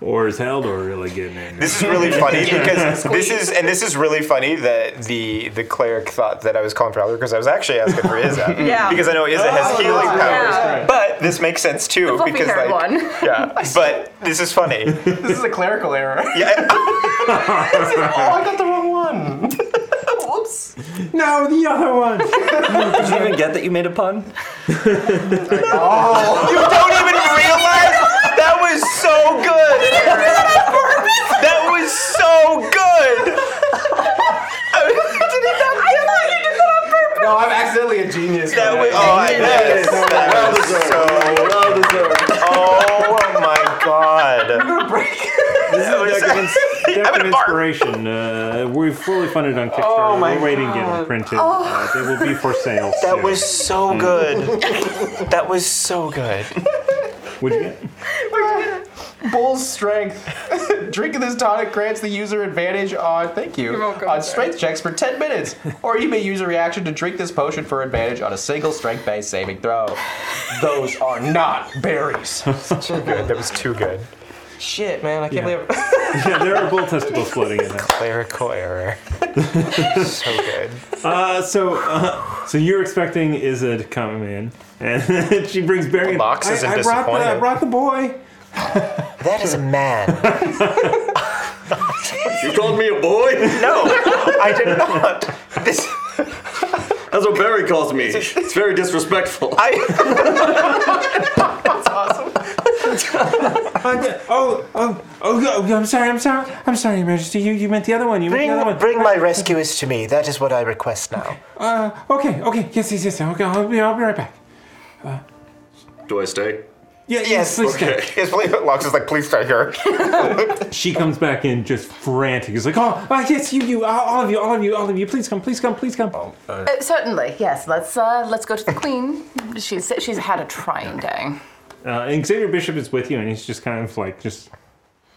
Or is Haldor really getting in?
This is really funny because this is and this is really funny that the the cleric thought that I was calling for Alder because I was actually asking for Izza.
Yeah.
Because I know Izza has
Oh,
healing
yeah.
powers. But this makes sense too
fluffy
because
haired
like
one.
yeah. But this is funny. this
is a clerical error.
Yeah.
oh, I got the wrong one.
Whoops.
No, the other one.
Did you even get that you made a pun?
Oh. You don't even realize that was so good. That was so good.
No, I'm accidentally a genius. That
was- oh, I- yes. That
well
was
deserved.
so-
well deserved.
Oh my god.
This is Deck of, ins- deck of Inspiration. Uh, we're fully funded on Kickstarter.
Oh my Oh.
we're waiting to get them printed. Uh, they will be for sale.
That
soon.
was so
Mm.
good. That was so good.
What'd you get?
Bull's strength. Drinking this tonic grants the user advantage on thank you
You're welcome.
on strength checks for 10 minutes, or you may use a reaction to drink this potion for advantage on a single strength-based saving throw. Those are not berries. too good. That was too good. Shit, man! I can't
Yeah.
believe.
yeah, there are bull testicles floating in there.
Clerical error.
so
good.
Uh, so, uh, so you're expecting Iza to come in, and she brings Barry. in.
Lox
I-
isn't
I brought the- I
disappointed.
brought the boy.
That is a man.
You called me a boy?
No, I did not. This.
That's what Barry calls me. It's very disrespectful.
That's awesome.
oh, oh, oh, oh, I'm sorry, I'm sorry, I'm sorry, Your Majesty. You, you meant the other one. You meant the other
Bring,
one.
bring my rescuers to me. That is what I request now.
Uh, okay, okay, yes, yes, yes. Okay, I'll be, I'll be right back.
Do I stay?
Yeah, yes, please
okay. Yes, please. Lux is like, please stay here.
She comes back in just frantic. It's like, oh, ah, yes, you, you, all all of you, all of you, all of you. Please come, please come, please come.
Uh, certainly, yes. Let's uh, let's go to the queen. She's she's had a trying day.
Uh, and Xavier Bishop is with you, and he's just kind of like just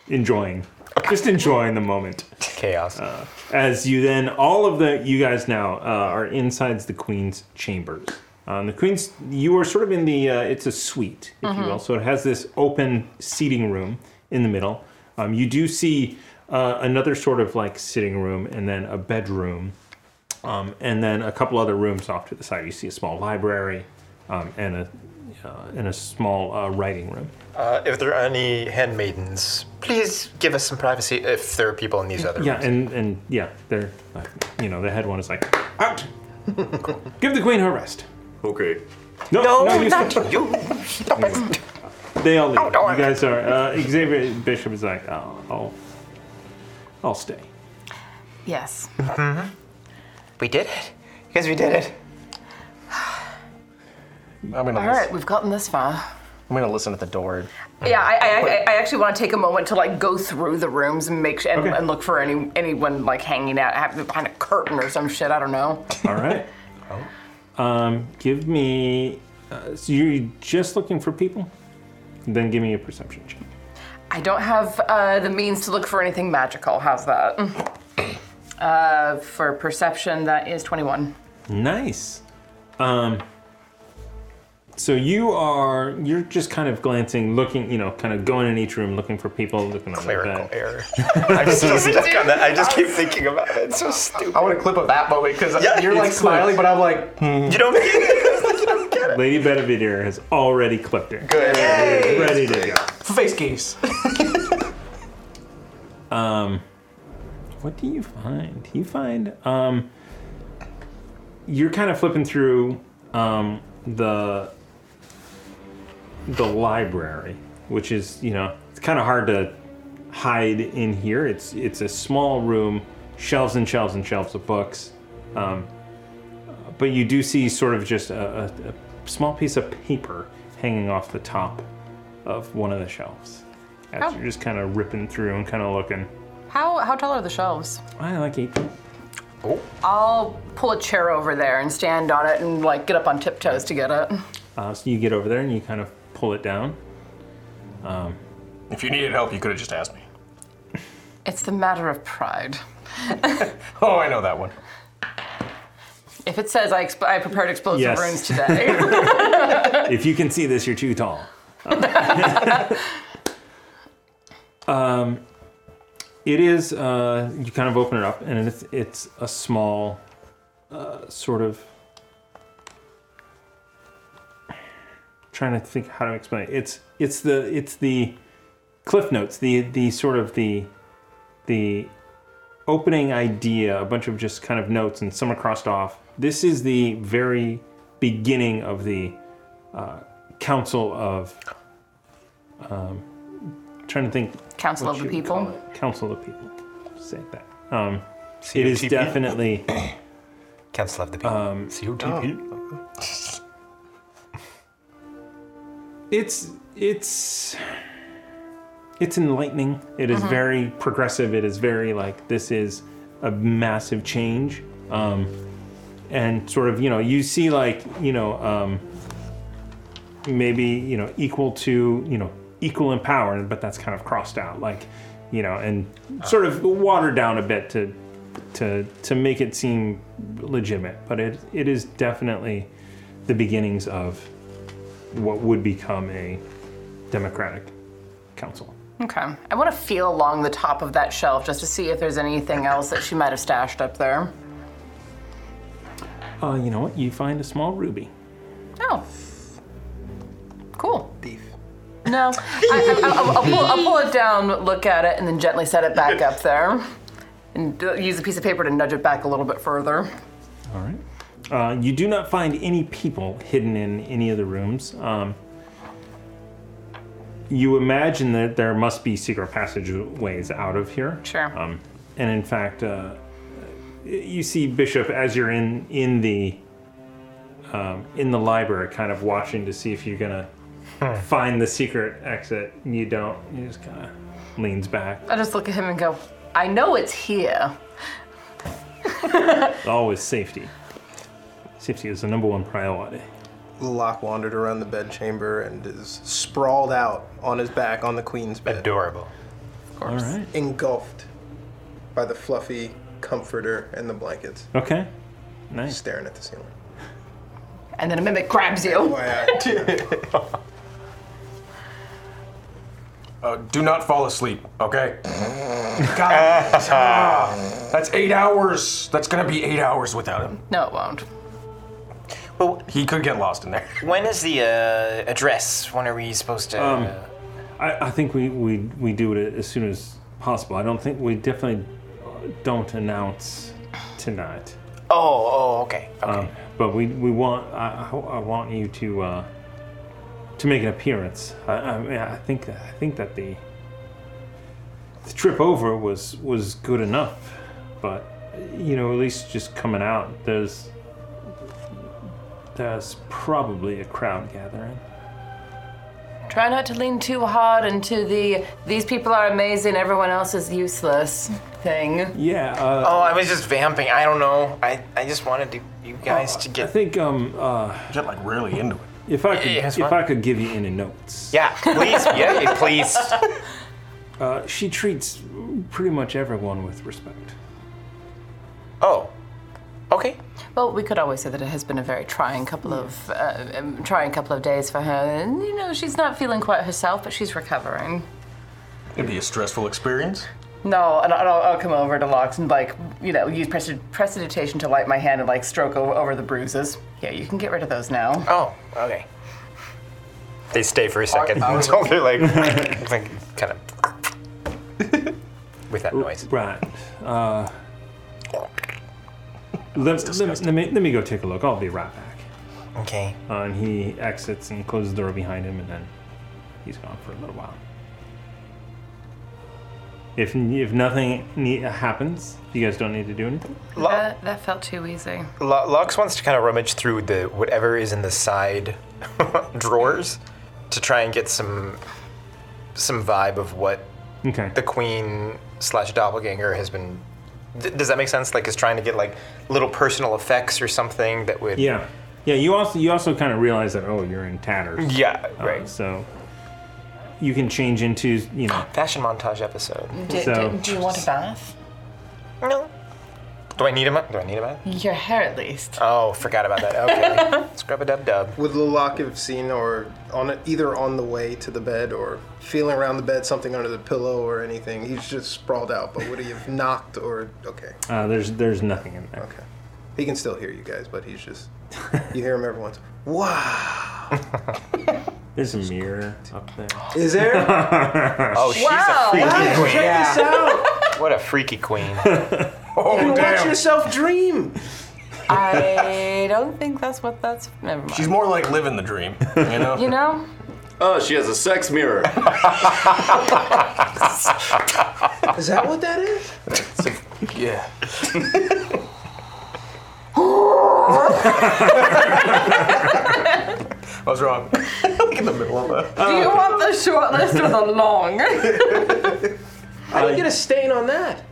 enjoying, just enjoying the moment.
Chaos.
Uh, as you then, all of the you guys now uh, are inside the queen's chambers. Um, the queen's, you are sort of in the. Uh, it's a suite, if
Mhm.
you will. So it has this open seating room in the middle. Um, you do see uh, another sort of like sitting room, and then a bedroom, um, and then a couple other rooms off to the side. You see a small library, um, and a uh, and a small uh, writing room.
Uh, if there are any handmaidens, please give us some privacy if there are people in these other
Yeah,
rooms.
and and yeah, they're like, you know the head one is like out. Give the queen her rest.
Okay.
No,
No,
no, you
not
stop.
you. Stop it.
They all leave. you guys are. Uh, Xavier Bishop is like, oh, I'll, I'll stay.
Yes.
We did it. Because we did it.
I'm gonna.
All
listen.
right, we've gotten this far.
I'm gonna listen at the door.
Yeah, I, I, I, I actually want to take a moment to like go through the rooms and make sure and, and look for any anyone like hanging out have- behind a curtain or some shit. I don't know.
All right. Um, give me. Uh, so you're just looking for people? Then give me a perception check.
I don't have uh, the means to look for anything magical. How's that? Uh, for perception, that is 21.
Nice. Um, so you are you're just kind of glancing, looking, you know, kind of going in each room, looking for people, looking on
Clerical
error.
I'm still stuck on that. I just keep thinking about it. It's so stupid. I want
a clip of that moment because
yeah,
You're like smiling, but I'm like,
you don't get it.
Lady Bedivere has already clipped her.
Good. Yay!
Ready to
face case.
go. Um, what do you find? You find um, you're kind of flipping through um, the the library, which is you know it's kind of hard to hide in here. It's it's a small room, shelves and shelves and shelves of books, um, but you do see sort of just a, a, a small piece of paper hanging off the top of one of the shelves. As
Oh.
you're just kind of ripping through and kind of looking,
How, how tall are the shelves?
I like eight. Oh.
I'll pull a chair over there and stand on it and like get up on tiptoes to get it.
Uh, so you get over there and you kind of pull it down. Um,
If you needed help, you could have just asked me.
It's the matter of pride.
Oh, I know that one.
If it says I, exp- I prepared explosive
Yes.
runes today,
if you can see this, you're too tall. um, it is. Uh, you kind of open it up, and it's it's a small, uh, sort of. Trying to think how to explain it. It's it's the it's the cliff notes. The the sort of the the opening idea, a bunch of just kind of notes, and some are crossed off. This is the very beginning of the uh, Council of. Um, trying to think.
Council
what
of the
should we
People?
call it? Council of the People. Say that. Um, it is
COTP?
definitely.
Council of the people.
Um,
oh.
It's it's it's enlightening. It is
Mhm.
very progressive. It is very like this is a massive change, um, and sort of you know you see like you know um, maybe you know equal to you know equal in power, but that's kind of crossed out, like you know, and sort of watered down a bit to to to make it seem legitimate. But it it is definitely the beginnings of what would become a democratic council.
Okay. I want to feel along the top of that shelf just to see if there's anything else that she might have stashed up there.
Uh, you know what? You find a small ruby.
Oh. Cool. Thief. No. I, I, I'll, I'll, pull, I'll pull it down, look at it, and then gently set it back up there. And do- use a piece of paper to nudge it back a little bit further.
All right. Uh, you do not find any people hidden in any of the rooms. Um, you imagine that there must be secret passageways out of here.
Sure.
Um, and in fact, uh, you see Bishop as you're in in the um, in the library, kind of watching to see if you're gonna
Hmm.
find the secret exit. You don't. You just kind of leans back.
I just look at him and go, I know it's here.
Always safety. Safety is the number one priority.
Locke wandered around the bedchamber and is sprawled out on his back on the queen's bed. Adorable. Of
course. All right.
Engulfed by the fluffy comforter and the blankets.
Okay. Nice.
Staring at the ceiling.
And then a mimic grabs you.
Uh, do not fall asleep, okay? God. Ah, that's eight hours. That's gonna be eight hours without him.
No, it won't.
He could get lost in there.
When is the uh, address? When are we supposed to?
Um, I, I think we, we, we do it as soon as possible. I don't think we definitely don't announce tonight.
oh, oh, okay.
Um, but we, we want I, I I want you to uh, to make an appearance. I, I, mean, I think I think that the the trip over was was good enough, but you know at least just coming out there's there's probably a crowd gathering.
Try not to lean too hard into the these people are amazing, everyone else is useless thing.
Yeah. Uh,
oh, I was just vamping. I don't know. I, I just wanted to, you guys to
I
get.
think um uh
get like really into it.
If I could
Oh, Yeah, it's
if
fine.
I could give you any notes.
Yeah, please. yeah, yeah, please.
Uh, she treats pretty much everyone with respect.
Oh. Okay.
Well, we could always say that it has been a very trying couple of uh, um, trying couple of days for her, and you know she's not feeling quite herself, but she's recovering.
It'd be a stressful experience.
No, and I'll, I'll come over to Locks and like you know use preci- prestidigitation to light my hand and like stroke over, over the bruises. Yeah, you can get rid of those now.
Oh, okay.
They stay for a second
I was-
until they're like, like kind of with that noise.
Right. Uh, let, let, me- let me, let me go take a look. I'll be right back.
Okay.
Uh, and he exits and closes the door behind him, and then he's gone for a little while. If, if nothing ne- happens, you guys don't need to do anything.
that, that felt too easy.
Lo- Lux wants to kind of rummage through the whatever is in the side drawers to try and get some some vibe of what
Okay.
the queen slash doppelganger has been. Th- does that make sense? Like, is trying to get like little personal effects or something that would.
Yeah, yeah. You also you also kind of realize that oh, you're in tatters.
Yeah,
Uh,
right.
So you can change into you know
fashion montage episode.
Do,
So-
do, do you want a bath?
No. Do I need him? Do I need him?
Your hair, at least.
Oh, forgot about that. Okay. Scrub a dub dub.
Would Lilac have seen, or on either on the way to the bed, or feeling around the bed, something under the pillow, or anything? He's just sprawled out. But would he have knocked, or okay,
uh, there's there's nothing in there. Okay.
he can still hear you guys, but he's just you hear him every once. Wow,
There's a mirror up there.
Is there?
Oh, she's
Wow.
a freaky
Guys,
queen.
check this
out. What a freaky queen.
you can watch
damn.
yourself dream.
I don't think that's what that's. Never mind.
She's more like living the dream, you know?
You know?
Oh, she has a sex mirror. Uh,
Is that what that is?
yeah. I was wrong. like in the middle of a.
Do you want the short list or the long?
I didn't get a stain on that.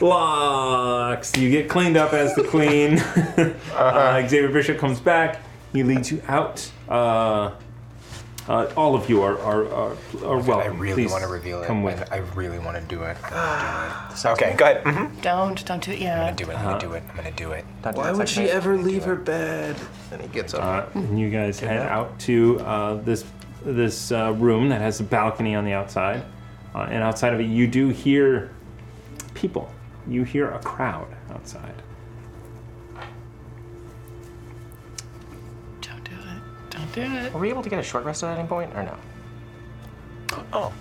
Locks. You get cleaned up as the
Uh-huh.
queen. uh Xavier Bishop comes back. He leads you out. Uh, Uh, all of you are are are, are welcome.
I really
Please
want to reveal it.
Come
I-
with.
I, really want to do it.
Okay,
go ahead.
Don't, don't do it. Yeah.
I'm gonna do it. I'm gonna do it. I'm gonna do it.
Why would she ever leave her bed? And he gets
Uh,
up.
and you guys head out to uh, this this uh, room that has a balcony on the outside, uh, and outside of it, you do hear people. You hear a crowd outside.
Don't do it.
Were we able to get a short rest at any point, or no?
Oh.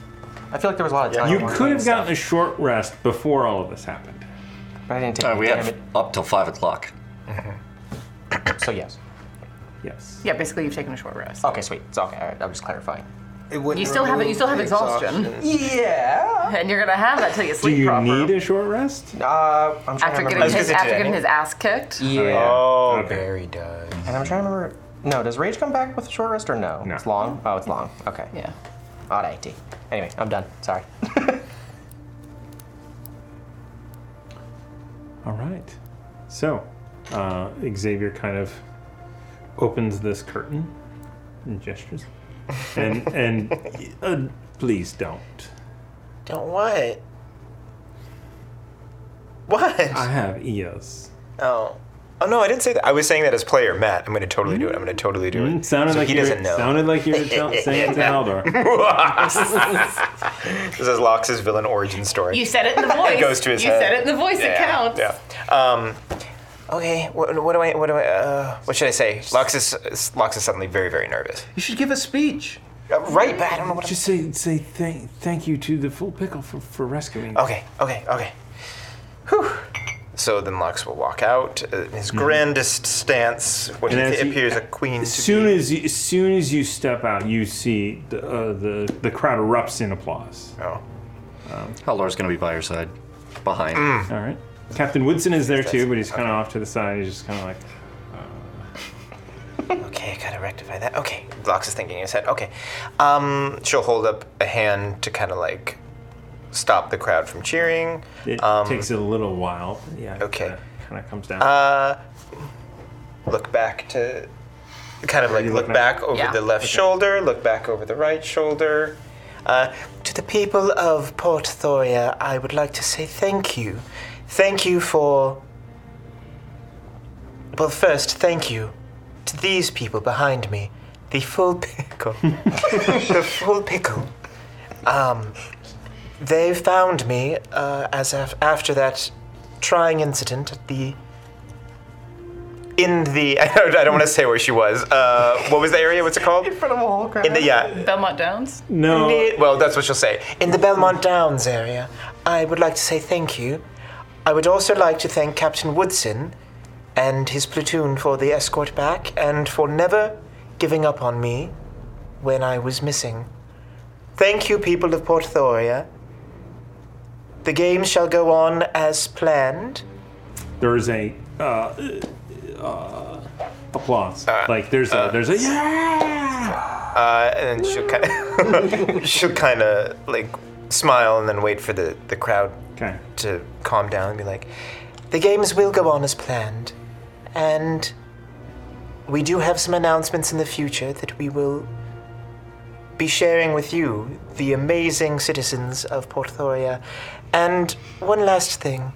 I feel like there was a lot of time.
you
on
could
that
have
stuff.
gotten a short rest before all of this happened.
But I didn't take
Uh, we
damn
have
it.
up till five o'clock.
So yes.
Yes.
Yeah, basically you've taken a short rest.
Okay, sweet. It's okay. All right, I'm just clarifying.
You still have it. You still have exhaustion.
Yeah.
And you're gonna have that till you sleep
do you
proper.
need a short rest?
Uh, I'm trying
after
to remember.
getting his after getting his ass kicked.
Yeah.
Oh, Barry does.
And I'm trying to remember. No, does rage come back with a short rest or no? It's long. Oh, it's long. Okay.
Yeah.
Odd eighty. Anyway, I'm done. Sorry.
All right. So, uh, Xavier kind of opens this curtain and gestures, and and uh, please don't.
Don't what? What?
I have EOS.
Oh. Oh no, I didn't say that. I was saying that as player Matt. I'm going to totally do it. I'm going to totally do
Mm,
it.
sounded
so
like
he
you were-
doesn't know.
sounded like you were tell- saying it to
Haldor. this is Lox's villain origin story.
You said it in the voice.
it goes to his
you
head.
said it in the voice.
yeah,
It counts.
Yeah. Um, okay. What, what do I? What do I? Uh, what should I say? Lox is Lox is suddenly very very nervous. Uh,
You should give a speech.
right, but I don't know what.
Just say say thank thank you to the full pickle for, for rescuing.
Okay. Okay. Okay. So then Lux will walk out uh, in his grandest stance, what
Mm-hmm. And
he
as he-
appears a queen.
As soon as you, as soon as you step out, you see the uh, the, the crowd erupts in applause.
Oh,
um,
Haldor's gonna be by your side, behind.
Mm.
All right. Captain Woodson is there too, but he's kind of off to the side. He's just kind of like,
Okay, I gotta rectify that. Okay, Lox is thinking in his head. Okay, um, she'll hold up a hand to kind of like stop the crowd from cheering.
It takes a little while. Yeah.
Um, Okay.
Kind of comes down.
Uh, look back to, kind of like look
looking
back
at-
over
Yeah.
the left shoulder, look back over the right shoulder. Uh, to the people of Port Thoria, I would like to say thank you. Thank you for. Well, first, thank you to these people behind me. The full pickle. the full pickle. Um, they found me uh, as af- after that trying incident at the in the I don't, I don't want to say where she was. Uh, what was the area? What's it called? In
front of a whole crowd.
the yeah.
Belmont Downs.
Ne- Well, that's what she'll say. In the Belmont Downs area, I would like to say thank you. I would also like to thank Captain Woodson and his platoon for the escort back and for never giving up on me when I was missing. Thank you, people of Port Thoria. The game shall go on as planned.
there is a uh, uh, applause. like there's a there's a yeah.
Uh, and then she'll kind of she'll kind of like smile and then wait for the the crowd to calm down and be like, the games will go on as planned, and we do have some announcements in the future that we will be sharing with you, the amazing citizens of Port Thoria. And one last thing,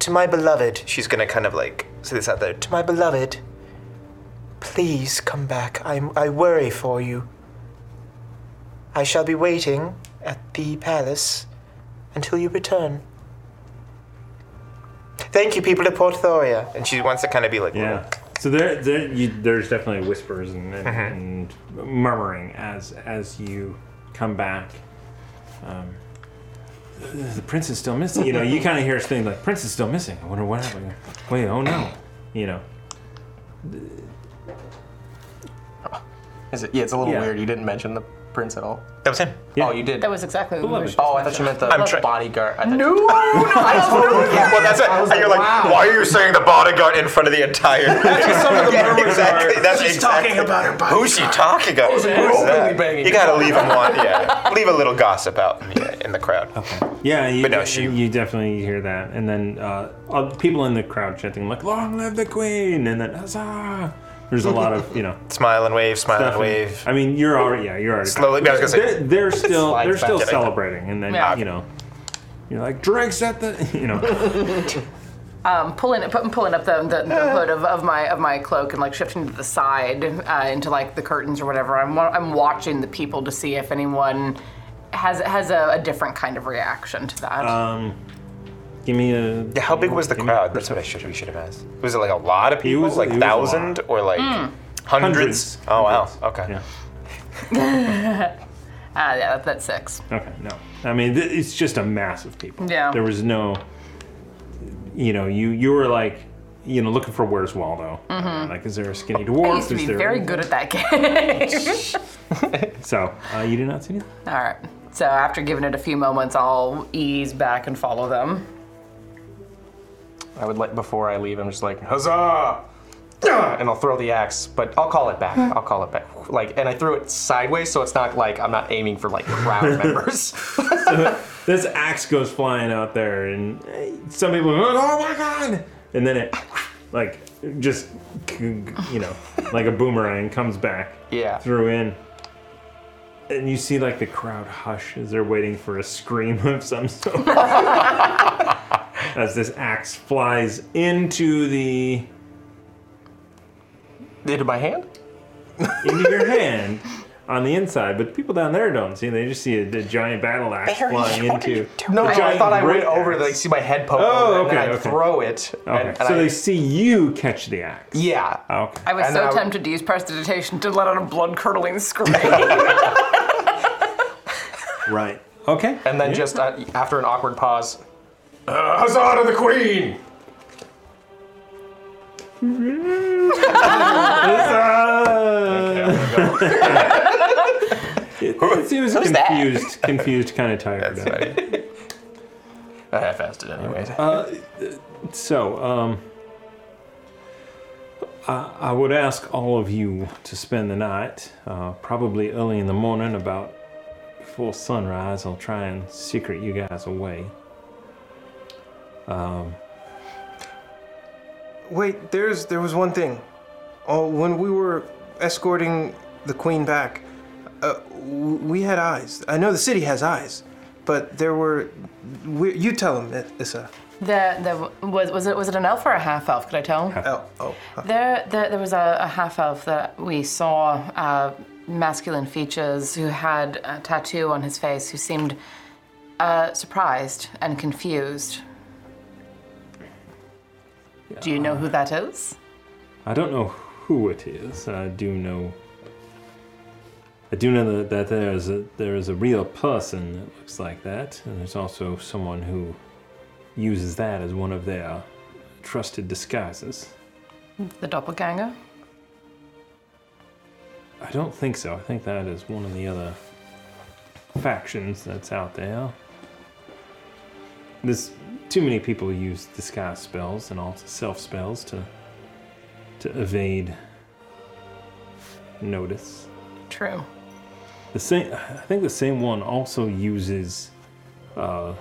to my beloved, she's gonna kind of like say this out there. To my beloved, please come back. I'm, I worry for you. I shall be waiting at the palace until you return. Thank you, people of Port Thoria. And she wants to kind of be like,
Yeah. So there, there you, there's definitely whispers and, and,
Mm-hmm.
and murmuring as as you come back. Um, the prince is still missing. You know, you kind of hear things like prince is still missing. I wonder what happened. Wait, oh no. You know.
Is it? Yeah, it's a little
Yeah.
weird. You didn't mention the prince at all.
That was him.
Yeah.
Oh, you did.
That was exactly what we were just
Oh, I thought you meant the
I'm try-
bodyguard. I thought-
No, no, I
totally get
well, that's it.
I was
And you're like,
wow.
why are you saying the bodyguard in front of the entire?
That's what some of the
Yeah,
murmurs
exactly.
are.
That's
She's
exactly.
talking about her
Who's she talking about?
Who's
Who's
openly
that?
banging
You
your
gotta
body.
leave him one. Yeah, leave a little gossip out in the, in the crowd.
Yeah, you, you definitely hear that, and then uh, all- people in the crowd chanting like "Long live the Queen!" and then "Huzzah!" There's a lot of you know
Smile and wave, smile
stuff
and
in-
wave.
I mean, you're already yeah, you're already
Slowly- I was gonna say-
they're, they're still
Slides
they're still
back.
celebrating, and then
Yeah.
you know you're like drinks at the you know
um, pulling, pu- pulling up the, the, the hood of, of my of my cloak and like shifting to the side uh, into like the curtains or whatever. I'm wa- I'm watching the people to see if anyone has has a, a different kind of reaction to that.
um. Give me a.
Yeah, how big was the crowd? That's what I should we should have asked. Was it like a lot of people?
was-
like
it was a lot.
thousand or like
Mm.
hundreds? Oh wow. Okay.
Ah, yeah, that, that's six.
Okay, no. I mean, th- it's just a mass of people.
Yeah.
There was no, you know, you you were like, you know, looking for where's Waldo.
Mhm.
Like, is there a skinny
I
dwarf?
used to
is
be
there...
very good at that game.
So uh, you did not see anything.
All right. So after giving it a few moments, I'll ease back and follow them.
I would like before I leave. I'm just like huzzah, Ah! and I'll throw the axe, but I'll call it back.
Hmm.
I'll call it back. Like, and I threw it sideways, so it's not like I'm not aiming for like crowd members.
so this axe goes flying out there, and eh, some people are like, oh my god! And then it, like, just, you know, like a boomerang comes back.
Yeah.
Through in. And you see, like, the crowd hush as they're waiting for a scream of some sort. as this axe flies into the.
Into my hand?
Into your hand. On the inside, but the people down there don't see. They just see a, a giant battle axe
Barry,
flying
what are
into.
No,
a
no, I
giant
thought I
great
went over to like see my head poke
Oh,
over, and
okay,
then I
okay.
throw it.
Okay.
and- and
so
I-
they see you catch the axe.
Yeah.
Okay.
I was
And then
so
I-
tempted to use prestidigitation to let out a blood curdling scream.
Right. Okay.
And then
Yeah.
just uh, after an awkward pause, uh, huzzah to the queen!
It seems
Who's that?
confused, confused, kind of tired. out.
I half-assed it anyways.
Uh, so, um, I, I would ask all of you to spend the night, uh, probably early in the morning, about before sunrise. I'll try and secret you guys away. Um,
Wait, there's there was one thing. Oh, when we were escorting the queen back, uh, w- we had eyes. I know the city has eyes, but there were. We, you tell them, Issa.
The, the was was it was it an elf or a half elf? Could I tell?
Oh, oh.
There, there, there was a, a half elf that we saw, uh, masculine features, who had a tattoo on his face, who seemed uh, surprised and confused. Do you know who that is?
I don't know who it is. I do know. I do know that, that there is a there is a real person that looks like that, and there's also someone who uses that as one of their trusted disguises.
The doppelganger?
I don't think so. I think that is one of the other factions that's out there. There's too many people use disguise spells and also self spells to to evade notice.
True.
The same, I think the same one also uses uh,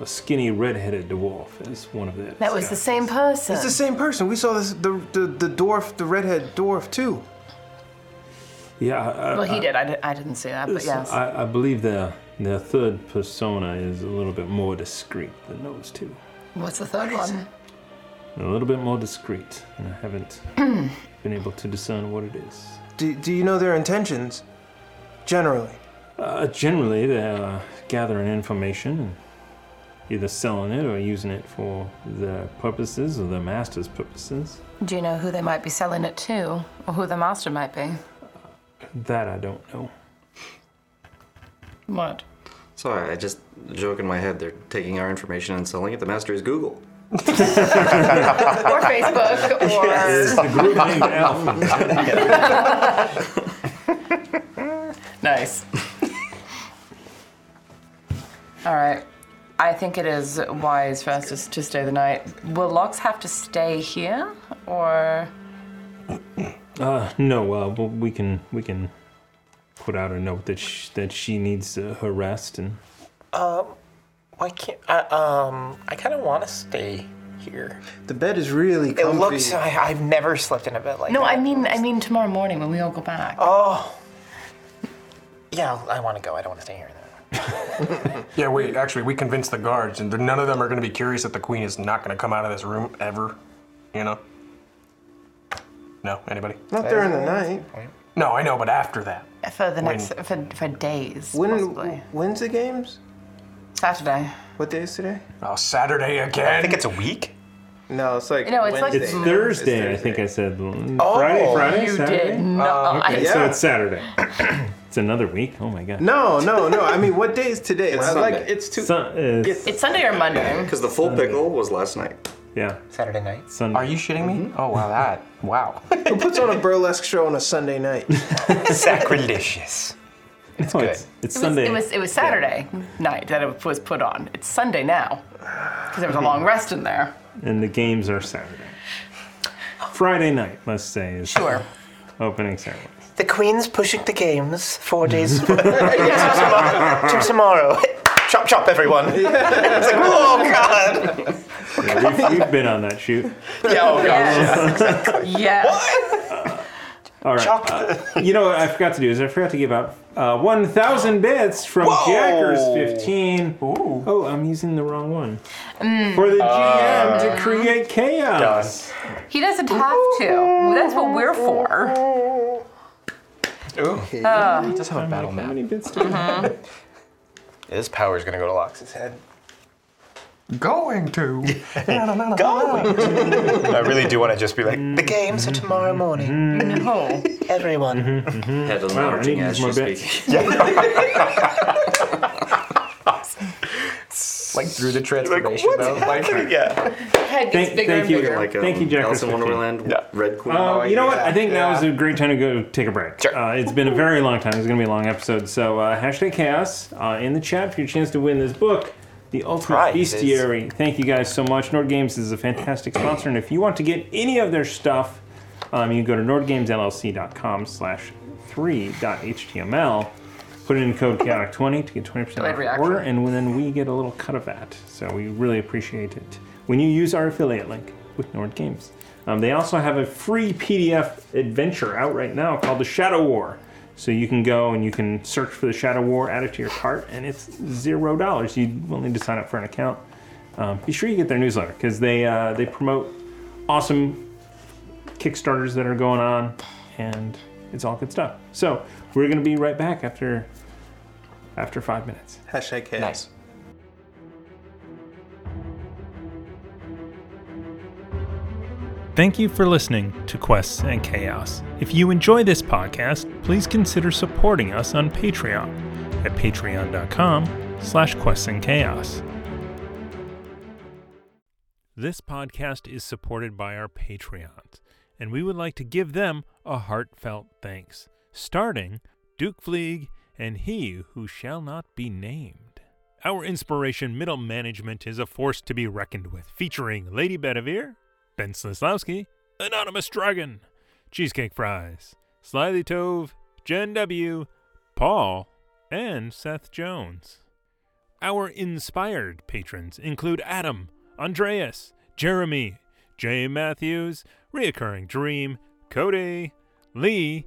a skinny redheaded dwarf as one of their.
That was the same person.
It's the same person. We saw this, the, the the dwarf, the redhead dwarf too.
Yeah. I, I-
well, he
I-
did. I, did. I didn't see that, but
So
yes.
I, I believe their their third persona is a little bit more discreet than those two.
What's the third one?
A little bit more discreet, and I haven't been able to discern what it is.
Do, do you know their intentions? Generally.
Uh, generally, they're gathering information and either selling it or using it for their purposes or their master's purposes.
Do you know who they might be selling it to, or who the master might be?
That I don't know.
What?
Sorry, I just joke in my head. They're taking our information and selling it. The master is Google.
or Facebook, or
Yes. The group named
nice. All right. I think it is wise for us to, to stay the night. Will Locks have to stay here, or
Uh, no. Uh, well, we can we can put out a note that sh- that she needs uh, her rest and
Um, why can't I? Um, I kind of want to stay here.
The bed is really
It looks. I, I've never slept in a bed like
no,
that.
I mean, I mean tomorrow morning when we all go back.
Oh. Yeah, I want to go. I don't want to stay here.
Yeah, wait, actually, we convinced the guards, and none of them are going to be curious that the queen is not going to come out of this room ever. You know? No? Anybody?
Not during the night.
No, I know, but after that.
For the
When-
next, for, for days.
When-
possibly.
When's the games?
Saturday.
What day is today?
Oh, Saturday again. I think
it's a week.
No, it's like
No, it's like-
Wednesday.
It's Thursday, I think I said.
Oh,
Friday, Friday,
you
Saturday.
did not.
okay,
Yeah.
so it's Saturday. it's another week. Oh my god.
No, no, no. I mean, what day is today?
It's
I like
Sunday.
it's too.
uh,
It's Sunday or Monday.
Because the full
Mm.
pickle was last night.
Yeah.
Saturday night.
Sunday.
Are you shitting
me? Oh wow, that wow.
Who puts on a burlesque show on a Sunday night?
Sacrilegious.
It's
good.
It's,
It was, It was, it was Saturday night that it was put on. It's Sunday now. Because there was a long
Mm-hmm.
rest in there.
And the games are Saturday. Friday night, let's say, is
sure.
opening ceremony.
The Queen's pushing the games four days to tomorrow. to tomorrow. chop, chop, everyone. it's like, oh, God.
Yeah, we've, we've been on that shoot.
Yeah, oh, God.
Yes.
All right. Uh, you know what I forgot to do is I forgot to give out uh, 1,000 bits from
Whoa.
Jackers 15. Oh, I'm using the wrong one. For the GM to create chaos.
He doesn't have to. That's what we're for.
Ooh.
Ah.
does have a battle map.
uh,
Mhm.
His power is going to go to Lox's head.
Going to.
Going I really do want to just be like, the games are tomorrow morning.
No.
Everyone.
Head is
Wow, I
lurching
need
as
more
you speak.
like through the transformation though. Like,
yeah.
Thank,
Head gets bigger
thank
and
you,
bigger.
thank you,
Alice
Jackers.
in
15.
um, Wonderland, Red Queen. Oh,
Uh, you know what? I think now is a great time to go take a break. Uh, it's been a very long time. It's going to be a long episode. So, uh, hashtag chaos uh, in the chat for your chance to win this book, The Ultimate
Prizes.
Bestiary. Thank you guys so much. Nord Games is a fantastic sponsor. And if you want to get any of their stuff, um, you go to nordgamesllc.com slash 3.html. Put in code chaotic20 to get 20% off
Delayed
your
reaction.
order, and then we get a little cut of that. So we really appreciate it when you use our affiliate link with Nord Games. Um, they also have a free PDF adventure out right now called The Shadow War. So you can go and you can search for The Shadow War, add it to your cart, and it's zero dollars. You will need to sign up for an account. Um, be sure you get their newsletter because they uh, they promote awesome Kickstarters that are going on, and it's all good stuff. So we're gonna be right back after after five minutes.
Hashtag chaos.
Nice.
Thank you for listening to Quests and Chaos. If you enjoy this podcast, please consider supporting us on Patreon at patreon.com slash quests and chaos. This podcast is supported by our Patreons, and we would like to give them a heartfelt thanks, starting Duke Fleeg and He Who Shall Not Be Named. Our inspiration, Middle Management, is a force to be reckoned with, featuring Lady Bedivere, Ben Slislawski, Anonymous Dragon, Cheesecake Fries, Slyly Tove, Jen W., Paul, and Seth Jones. Our inspired patrons include Adam, Andreas, Jeremy, Jay Matthews, Reoccurring Dream, Cody, Lee,